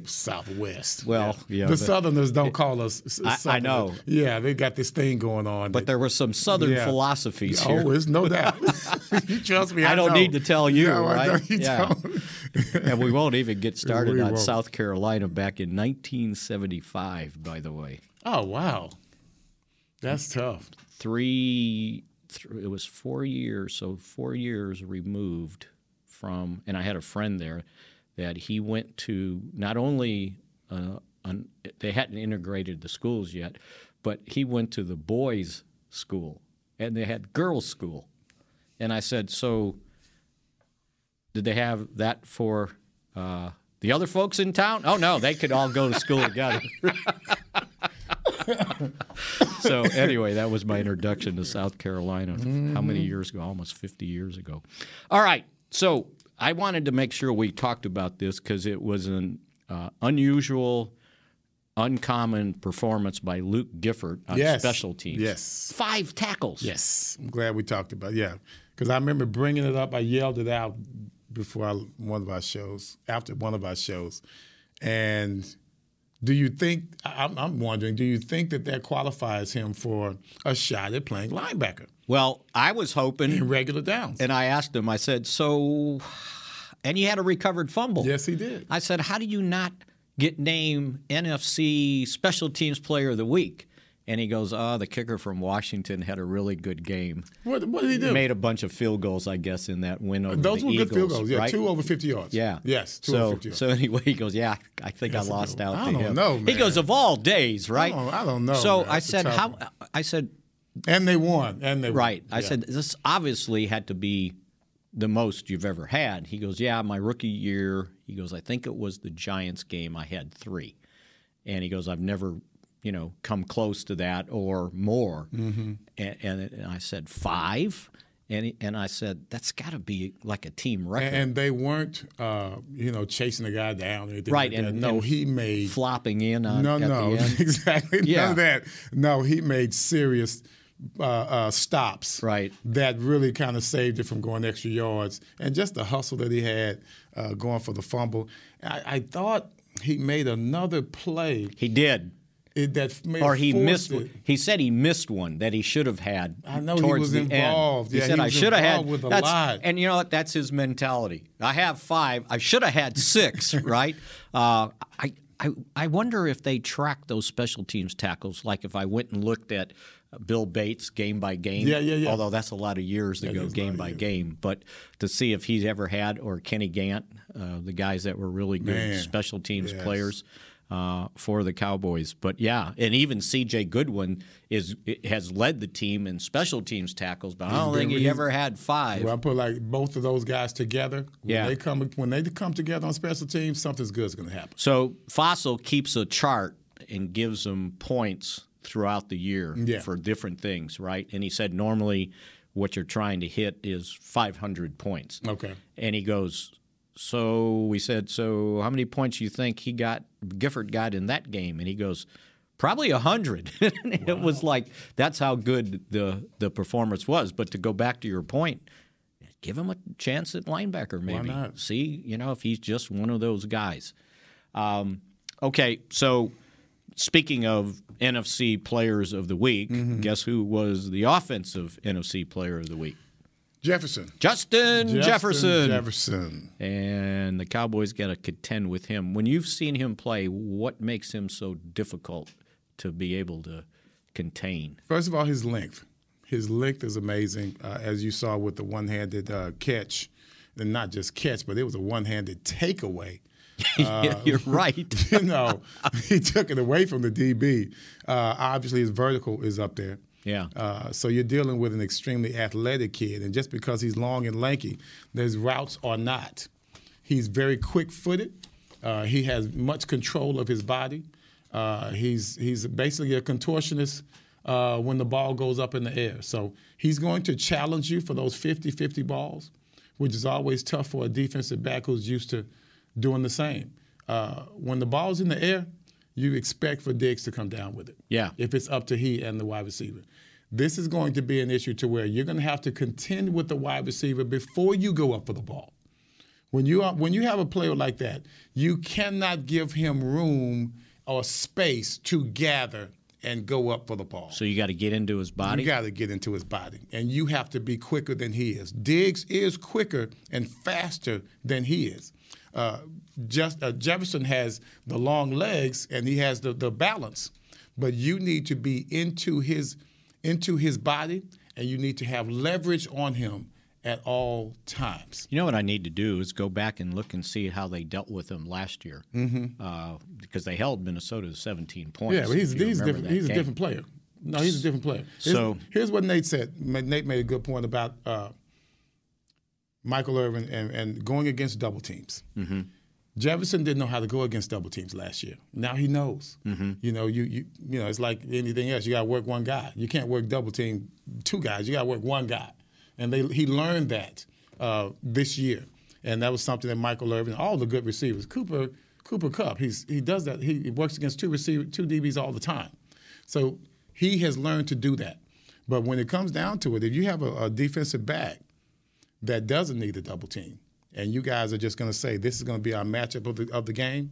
[SPEAKER 3] Southwest.
[SPEAKER 2] Well, yeah,
[SPEAKER 3] the
[SPEAKER 2] but-
[SPEAKER 3] Southerners don't call us. s-
[SPEAKER 2] I- I
[SPEAKER 3] Southerners.
[SPEAKER 2] know.
[SPEAKER 3] Yeah, they got this thing going on.
[SPEAKER 2] But there were some Southern
[SPEAKER 3] Yeah.
[SPEAKER 2] philosophies
[SPEAKER 3] oh,
[SPEAKER 2] here.
[SPEAKER 3] it's no doubt. you trust me.
[SPEAKER 2] I
[SPEAKER 3] I,
[SPEAKER 2] don't
[SPEAKER 3] know.
[SPEAKER 2] need to tell you,
[SPEAKER 3] No, I
[SPEAKER 2] right?
[SPEAKER 3] don't- you don't.
[SPEAKER 2] and we won't even get started
[SPEAKER 3] We
[SPEAKER 2] on
[SPEAKER 3] won't.
[SPEAKER 2] South Carolina back in 1975, by the way.
[SPEAKER 3] Oh wow, that's tough.
[SPEAKER 2] Three, th- it was four years, so four years removed from, and I had a friend there that he went to not only, uh, an, they hadn't integrated the schools yet, but he went to the boys' school and they had girls' school. And I said, so did they have that for uh, the other folks in town? Oh no, they could all go to school together. so anyway, that was my introduction to South Carolina. How many years ago? Almost 50 years ago. All right. So I wanted to make sure we talked about this because it was an uh, unusual, uncommon performance by Luke Gifford on
[SPEAKER 3] Yes.
[SPEAKER 2] special teams.
[SPEAKER 3] Yes.
[SPEAKER 2] Five tackles.
[SPEAKER 3] Yes. I'm glad we talked about it. Yeah. Because I remember bringing it up. I yelled it out before I, one of our shows, after one of our shows. And do you think, I- I'm, I'm wondering, do you think that that qualifies him for a shot at playing linebacker
[SPEAKER 2] Well, I was hoping.
[SPEAKER 3] in regular downs?
[SPEAKER 2] And I asked him, I said, so, and he had a recovered fumble.
[SPEAKER 3] Yes, he did.
[SPEAKER 2] I said, how do you not get named NFC Special Teams Player of the Week? And he goes, oh, the kicker from Washington had a really good game.
[SPEAKER 3] What, what did he do?
[SPEAKER 2] Made a bunch of field goals, I guess, in that win over
[SPEAKER 3] Those
[SPEAKER 2] the
[SPEAKER 3] were
[SPEAKER 2] Eagles.
[SPEAKER 3] good field goals. Yeah,
[SPEAKER 2] right?
[SPEAKER 3] two over 50 yards.
[SPEAKER 2] Yeah.
[SPEAKER 3] Yes, two
[SPEAKER 2] so,
[SPEAKER 3] over 50 yards.
[SPEAKER 2] So anyway, he goes, yeah, I think
[SPEAKER 3] That's a
[SPEAKER 2] I lost
[SPEAKER 3] good one.
[SPEAKER 2] out
[SPEAKER 3] I
[SPEAKER 2] to
[SPEAKER 3] don't
[SPEAKER 2] him.
[SPEAKER 3] know,
[SPEAKER 2] He
[SPEAKER 3] man.
[SPEAKER 2] goes, of all days, right?
[SPEAKER 3] don't- I don't know,
[SPEAKER 2] So
[SPEAKER 3] man.
[SPEAKER 2] I
[SPEAKER 3] That's a
[SPEAKER 2] said,
[SPEAKER 3] tough
[SPEAKER 2] how?
[SPEAKER 3] one.
[SPEAKER 2] I said,
[SPEAKER 3] And they won. And they won.
[SPEAKER 2] Right. I
[SPEAKER 3] Mm-hmm. Yeah.
[SPEAKER 2] said, this obviously had to be the most you've ever had. He goes, yeah, my rookie year. He goes, I think it was the Giants game. I had three. And he goes, I've never, you know, come close to that or more.
[SPEAKER 3] Mm-hmm.
[SPEAKER 15] Mhm.
[SPEAKER 2] And, and, and I said, five? And, he, and I said, that's got to be like a team
[SPEAKER 3] A-
[SPEAKER 2] record.
[SPEAKER 3] And, they weren't, uh, you know, chasing the guy down or anything.
[SPEAKER 2] right.
[SPEAKER 3] like that.
[SPEAKER 2] And
[SPEAKER 3] no,
[SPEAKER 2] and
[SPEAKER 3] he made
[SPEAKER 2] flopping in on
[SPEAKER 3] no,
[SPEAKER 2] uh, at
[SPEAKER 3] no,
[SPEAKER 2] the end.
[SPEAKER 3] exactly. None
[SPEAKER 2] Yeah.
[SPEAKER 3] of that. No, he made serious uh, uh, stops.
[SPEAKER 2] Right.
[SPEAKER 3] That really kind of saved it from going extra yards, and just the hustle that he had uh, going for the fumble. I, I thought he made another play.
[SPEAKER 2] He did.
[SPEAKER 3] It, that may have
[SPEAKER 2] or he
[SPEAKER 3] forced
[SPEAKER 2] missed.
[SPEAKER 3] it.
[SPEAKER 2] one. He said he missed one that he should have had.
[SPEAKER 3] I know he
[SPEAKER 2] towards
[SPEAKER 3] was
[SPEAKER 2] the
[SPEAKER 3] involved.
[SPEAKER 2] End.
[SPEAKER 3] Yeah,
[SPEAKER 2] he said
[SPEAKER 3] he
[SPEAKER 2] I
[SPEAKER 3] was
[SPEAKER 2] should have had.
[SPEAKER 3] involved with a
[SPEAKER 2] that's-
[SPEAKER 3] lot."
[SPEAKER 2] And you know what? That's his mentality. I have five. I should have had six. right? Uh, I. I, I wonder if they track those special teams tackles. Like if I went and looked at Bill Bates game by game.
[SPEAKER 3] Yeah, yeah, yeah.
[SPEAKER 2] Although that's a lot of years ago, game by game. But to see if he's ever had or Kenny Gant, uh, the guys that were really good
[SPEAKER 3] Man.
[SPEAKER 2] special teams
[SPEAKER 3] Yes.
[SPEAKER 2] players uh, for the Cowboys. But yeah, and even C.J. Goodwin is has led the team in special teams tackles, but I don't
[SPEAKER 3] He's
[SPEAKER 2] think
[SPEAKER 3] been-
[SPEAKER 2] he
[SPEAKER 3] he's-
[SPEAKER 2] ever had five.
[SPEAKER 3] Well, I put like both of those guys together. When
[SPEAKER 2] Yeah.
[SPEAKER 3] They come when they come together on special teams, something's good's going to happen.
[SPEAKER 2] So Fossil keeps a chart and gives them points throughout the year
[SPEAKER 3] Yeah.
[SPEAKER 2] for different things, right? And he said normally what you're trying to hit is 500 points.
[SPEAKER 3] Okay.
[SPEAKER 2] And he goes, So we said, so how many points you think he got, Gifford got in that game? And he goes, probably a hundred. It was like that's how good the the performance was. But to go back to your point, give him a chance at linebacker, maybe.
[SPEAKER 3] not?
[SPEAKER 2] See, you know, if he's just one of those guys. Um, okay, so speaking of NFC players of the week,
[SPEAKER 3] Mm-hmm.
[SPEAKER 2] guess who was the offensive NFC player of the week?
[SPEAKER 3] Jefferson.
[SPEAKER 2] Justin,
[SPEAKER 3] Justin
[SPEAKER 2] Jefferson.
[SPEAKER 3] Jefferson.
[SPEAKER 2] And the Cowboys got to contend with him. When you've seen him play, what makes him so difficult to be able to contain?
[SPEAKER 3] First of all, his length. His length is amazing, uh, as you saw with the one-handed uh, catch, and not just catch, but it was a one-handed takeaway. Uh,
[SPEAKER 2] Yeah, you're right.
[SPEAKER 3] you know, he took it away from the DB. Uh, obviously, his vertical is up there.
[SPEAKER 2] Yeah.
[SPEAKER 3] Uh, so you're dealing with an extremely athletic kid, and just because he's long and lanky, his routes are not. He's very quick-footed. Uh, he has much control of his body. Uh, he's he's basically a contortionist uh, when the ball goes up in the air. So he's going to challenge you for those 50-50 balls, which is always tough for a defensive back who's used to doing the same. Uh, when the ball's in the air, you expect for Diggs to come down with it.
[SPEAKER 2] Yeah.
[SPEAKER 3] If it's up to he and the wide receiver. This is going to be an issue to where you're going to have to contend with the wide receiver before you go up for the ball. When you are, when you have a player like that, you cannot give him room or space to gather and go up for the ball.
[SPEAKER 2] So you got to get into his body.
[SPEAKER 3] You got to get into his body, and you have to be quicker than he is. Diggs is quicker and faster than he is. Uh, just uh, Jefferson has the long legs and he has the, the balance, but you need to be into his into his body, and you need to have leverage on him at all times.
[SPEAKER 2] You know what I need to do is go back and look and see how they dealt with him last year,
[SPEAKER 3] Mhm.
[SPEAKER 2] uh, because they held Minnesota to 17 points.
[SPEAKER 3] Yeah, but he's,
[SPEAKER 2] if you
[SPEAKER 3] he's,
[SPEAKER 2] remember
[SPEAKER 3] different,
[SPEAKER 2] that
[SPEAKER 3] he's a
[SPEAKER 2] game.
[SPEAKER 3] different player. No, he's a different player. Here's-
[SPEAKER 2] So-
[SPEAKER 3] here's what Nate said. Ma- Nate made a good point about uh, Michael Irvin and, and going against double teams.
[SPEAKER 2] Mhm.
[SPEAKER 3] Jefferson didn't know how to go against double teams last year. Now he knows. You know, you, you you know, it's like anything else. You got to work one guy. You can't work double team two guys. You got to work one guy, and they he learned that uh, this year, and that was something that Michael Irvin, all the good receivers, Cooper Cooper Cup, he's he does that. He, he works against two receiver two DBs all the time, so he has learned to do that. But when it comes down to it, if you have a, a defensive back that doesn't need a double team, and you guys are just going to say this is going to be our matchup of the, of the game,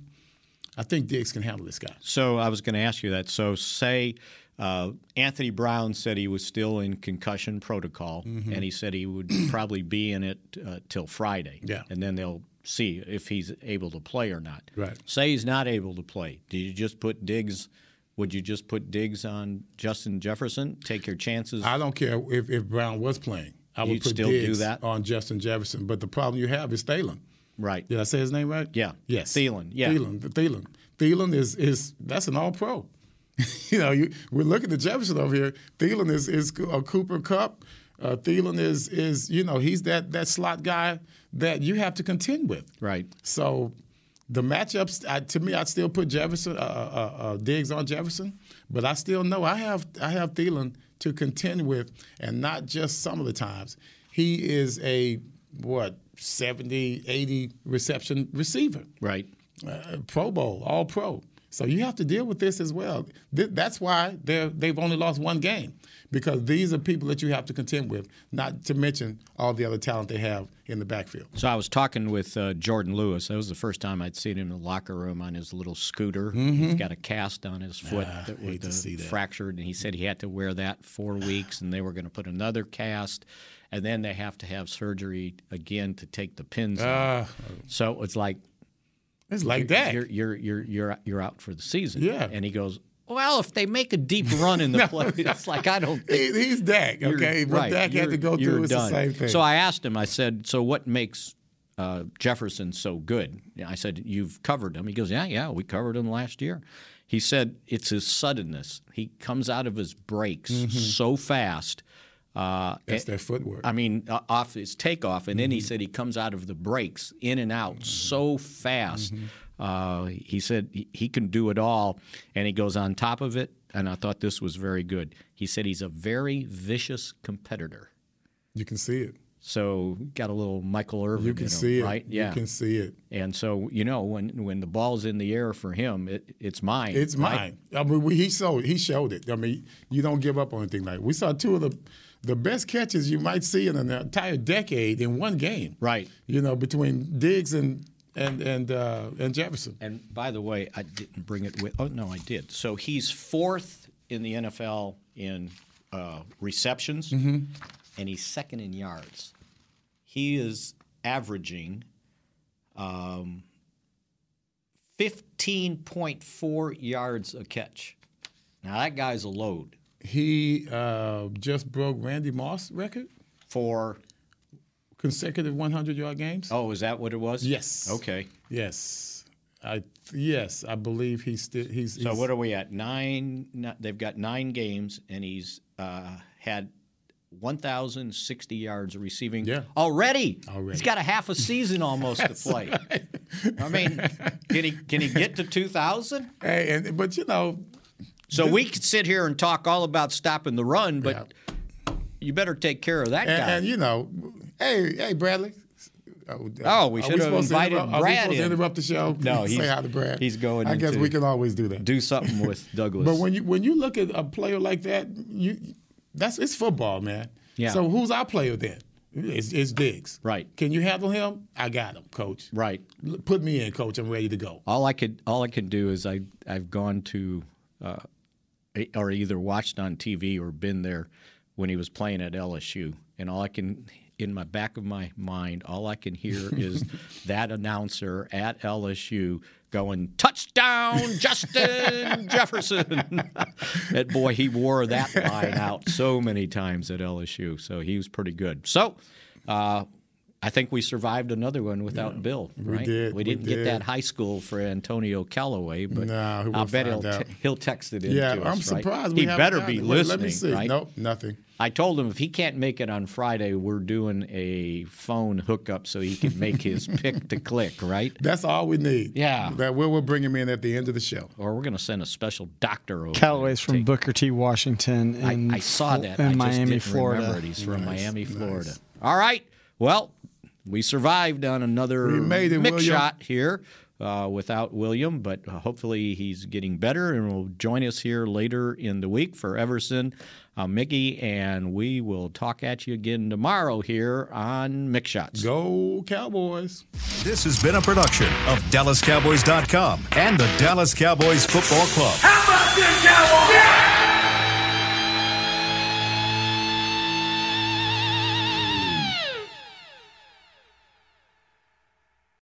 [SPEAKER 3] I think Diggs can handle this guy.
[SPEAKER 2] So I was going to ask you that. So say uh, Anthony Brown said he was still in concussion protocol,
[SPEAKER 3] Mhm.
[SPEAKER 2] and he said he would probably be in it uh, till Friday.
[SPEAKER 3] Yeah.
[SPEAKER 2] and then they'll see if he's able to play or not.
[SPEAKER 3] Right.
[SPEAKER 2] Say he's not able to play. Do you just put Diggs? Would you just put Diggs on Justin Jefferson? Take your chances.
[SPEAKER 3] I don't care if, if Brown was playing. I would
[SPEAKER 2] You'd
[SPEAKER 3] put
[SPEAKER 2] still do
[SPEAKER 3] Diggs
[SPEAKER 2] that?
[SPEAKER 3] on Justin Jefferson. But the problem you have is Thalen.
[SPEAKER 2] Right.
[SPEAKER 3] Did I say his name right?
[SPEAKER 2] Yeah.
[SPEAKER 3] Yes.
[SPEAKER 2] Thielen. Yeah.
[SPEAKER 3] Thielen. Thielen. Thielen is is that's an all pro. you know, you, we're looking at Jefferson over here. Thielen is is a Cooper Cup. Uh, Thielen is is you know he's that that slot guy that you have to contend with.
[SPEAKER 2] Right.
[SPEAKER 3] So the matchups I, to me, I'd still put Jefferson uh, uh, uh, Diggs on Jefferson, but I still know I have I have Thielen to contend with, and not just some of the times. He is a what 70, 80 reception receiver.
[SPEAKER 2] Right.
[SPEAKER 3] Uh, pro Bowl, All Pro. So you have to deal with this as well. Th- that's why they're, they've only lost one game because these are people that you have to contend with. Not to mention all the other talent they have in the backfield.
[SPEAKER 2] So I was talking with uh, Jordan Lewis. That was the first time I'd seen him in the locker room on his little scooter. He's got a cast on his foot
[SPEAKER 3] Mm-hmm. Ah,
[SPEAKER 2] that
[SPEAKER 3] hate
[SPEAKER 2] was
[SPEAKER 3] to
[SPEAKER 2] uh,
[SPEAKER 3] see that. Ah.
[SPEAKER 2] fractured, and he said he had to wear that four weeks, and they were going to put another cast, and then they have to have surgery again to take the pins. out.
[SPEAKER 3] Ah.
[SPEAKER 2] So it's like
[SPEAKER 3] It's like
[SPEAKER 2] you're-
[SPEAKER 3] that.
[SPEAKER 2] You're you're you're you're you're out for the season.
[SPEAKER 3] Yeah.
[SPEAKER 2] And he goes. Well, if they make a deep run in the play, it's like I don't.
[SPEAKER 3] He-
[SPEAKER 2] Think
[SPEAKER 3] he's Dak,
[SPEAKER 2] You're-
[SPEAKER 3] okay? What
[SPEAKER 2] right,
[SPEAKER 3] Dak had
[SPEAKER 2] you're-
[SPEAKER 3] to go
[SPEAKER 2] you're
[SPEAKER 3] through is the
[SPEAKER 2] done.
[SPEAKER 3] same thing.
[SPEAKER 2] So I asked him. I said, "So what makes uh, Jefferson so good?" And I said, "You've covered him." He goes, "Yeah, yeah, we covered him last year." He said, "It's his suddenness. He comes out of his breaks
[SPEAKER 3] Mm-hmm.
[SPEAKER 2] so fast." Uh,
[SPEAKER 3] That's
[SPEAKER 2] a-
[SPEAKER 3] their footwork.
[SPEAKER 2] I mean, uh, off his takeoff, and
[SPEAKER 3] Mm-hmm.
[SPEAKER 2] then he said he comes out of the breaks, in and out, so fast.
[SPEAKER 3] Mm-hmm.
[SPEAKER 2] Uh, he said he, he can do it all, and he goes on top of it. And I thought this was very good. He said he's a very vicious competitor.
[SPEAKER 3] You can see it.
[SPEAKER 2] So got a little Michael Irvin.
[SPEAKER 3] You can
[SPEAKER 2] in him,
[SPEAKER 3] see it.
[SPEAKER 2] right?
[SPEAKER 3] You can see it.
[SPEAKER 2] And so you know when when the ball's in the air for him, it, it's mine.
[SPEAKER 3] It's
[SPEAKER 2] right?
[SPEAKER 3] mine. I mean, we, he showed he showed it. I mean, you don't give up on anything like we saw two of the the best catches you might see in an entire decade in one game.
[SPEAKER 2] Right.
[SPEAKER 3] You know, between Diggs and and and uh, and Jefferson.
[SPEAKER 2] And by the way, I didn't bring it with. Oh no, I did. So he's fourth in the NFL in uh, receptions, and he's second in yards. He is averaging um, fifteen point four yards a catch. Now that guy's a load
[SPEAKER 3] He uh, just broke Randy Moss record
[SPEAKER 2] for
[SPEAKER 3] consecutive 100 yard games.
[SPEAKER 2] Oh, is that what it was?
[SPEAKER 3] Yes.
[SPEAKER 2] Okay.
[SPEAKER 3] Yes. I yes, I believe he's still he's
[SPEAKER 2] So
[SPEAKER 3] he's-
[SPEAKER 2] what are we at? Nine. ni- They've got nine games, and he's uh, had 1,060 yards receiving already.
[SPEAKER 3] Already.
[SPEAKER 2] He's got a half a season almost to play. I mean, can he can he get to 2,000?
[SPEAKER 3] Hey, and but you know.
[SPEAKER 2] So we could sit here and talk all about stopping the run, but you better take care of that
[SPEAKER 3] and,
[SPEAKER 2] guy.
[SPEAKER 3] and, you know, hey, hey, Bradley. Oh,
[SPEAKER 2] Oh, we should have
[SPEAKER 3] supposed to
[SPEAKER 2] invited
[SPEAKER 3] interrupt- are we
[SPEAKER 2] Brad
[SPEAKER 3] supposed to
[SPEAKER 2] in.
[SPEAKER 3] interrupt the show?
[SPEAKER 2] No,
[SPEAKER 3] say
[SPEAKER 2] he's-
[SPEAKER 3] hi to Brad.
[SPEAKER 2] he's going
[SPEAKER 3] I guess
[SPEAKER 2] into-
[SPEAKER 3] we can always do that.
[SPEAKER 2] Do something with Douglas.
[SPEAKER 3] But when you when you look at a player like that, you that's it's football, man.
[SPEAKER 2] Yeah.
[SPEAKER 3] So who's our player then? It's, it's Diggs.
[SPEAKER 2] Right.
[SPEAKER 3] Can you handle him? I got him, coach.
[SPEAKER 2] Right.
[SPEAKER 3] L- Put me in, coach. I'm ready to go.
[SPEAKER 2] All I could all I could do is I I've gone to uh, e- or either watched on TV or been there when he was playing at LSU, and all I can in my back of my mind, all I can hear is that announcer at LSU going touchdown Justin Jefferson. that boy, he wore that line out so many times at LSU, so he was pretty good. So. Uh, I think we survived another one without Bill.
[SPEAKER 3] we
[SPEAKER 2] right?
[SPEAKER 3] did,
[SPEAKER 2] We
[SPEAKER 3] we
[SPEAKER 2] didn't get
[SPEAKER 3] did.
[SPEAKER 2] that high school for Antonio Callaway, but
[SPEAKER 3] Nah, we'll
[SPEAKER 2] I'll bet he'll,
[SPEAKER 3] find out.
[SPEAKER 2] te- he'll text it in
[SPEAKER 3] yeah,
[SPEAKER 2] to
[SPEAKER 3] I'm
[SPEAKER 2] us, right?
[SPEAKER 3] surprised. We
[SPEAKER 2] he
[SPEAKER 3] haven't
[SPEAKER 2] better
[SPEAKER 3] gotten
[SPEAKER 2] be
[SPEAKER 3] it. Wait,
[SPEAKER 2] listening,
[SPEAKER 3] Let me see.
[SPEAKER 2] right?
[SPEAKER 3] Nope, nothing.
[SPEAKER 2] I told him if he can't make it on Friday, we're doing a phone hookup so he can make his pick to click, right?
[SPEAKER 3] That's all we need.
[SPEAKER 2] Yeah.
[SPEAKER 3] That we'll, we'll bring him in at the end of the show.
[SPEAKER 2] Or we're going to send a special doctor over.
[SPEAKER 10] Callaway's from Booker T. Washington. In,
[SPEAKER 2] I, I saw that.
[SPEAKER 10] In
[SPEAKER 2] I just
[SPEAKER 10] Miami,
[SPEAKER 2] didn't
[SPEAKER 10] Florida.
[SPEAKER 2] remember it. He's from Miami, Florida. All right. Well, we survived on another
[SPEAKER 3] We made it,
[SPEAKER 2] mix
[SPEAKER 3] William.
[SPEAKER 2] shot here uh, without William, but uh, hopefully he's getting better and will join us here later in the week for Everson. I'm Mickey, and we will talk at you again tomorrow here on Mix Shots.
[SPEAKER 3] Go Cowboys.
[SPEAKER 1] This has been a production of DallasCowboys.com and the Dallas Cowboys Football Club.
[SPEAKER 15] How about this, Cowboys? Yeah!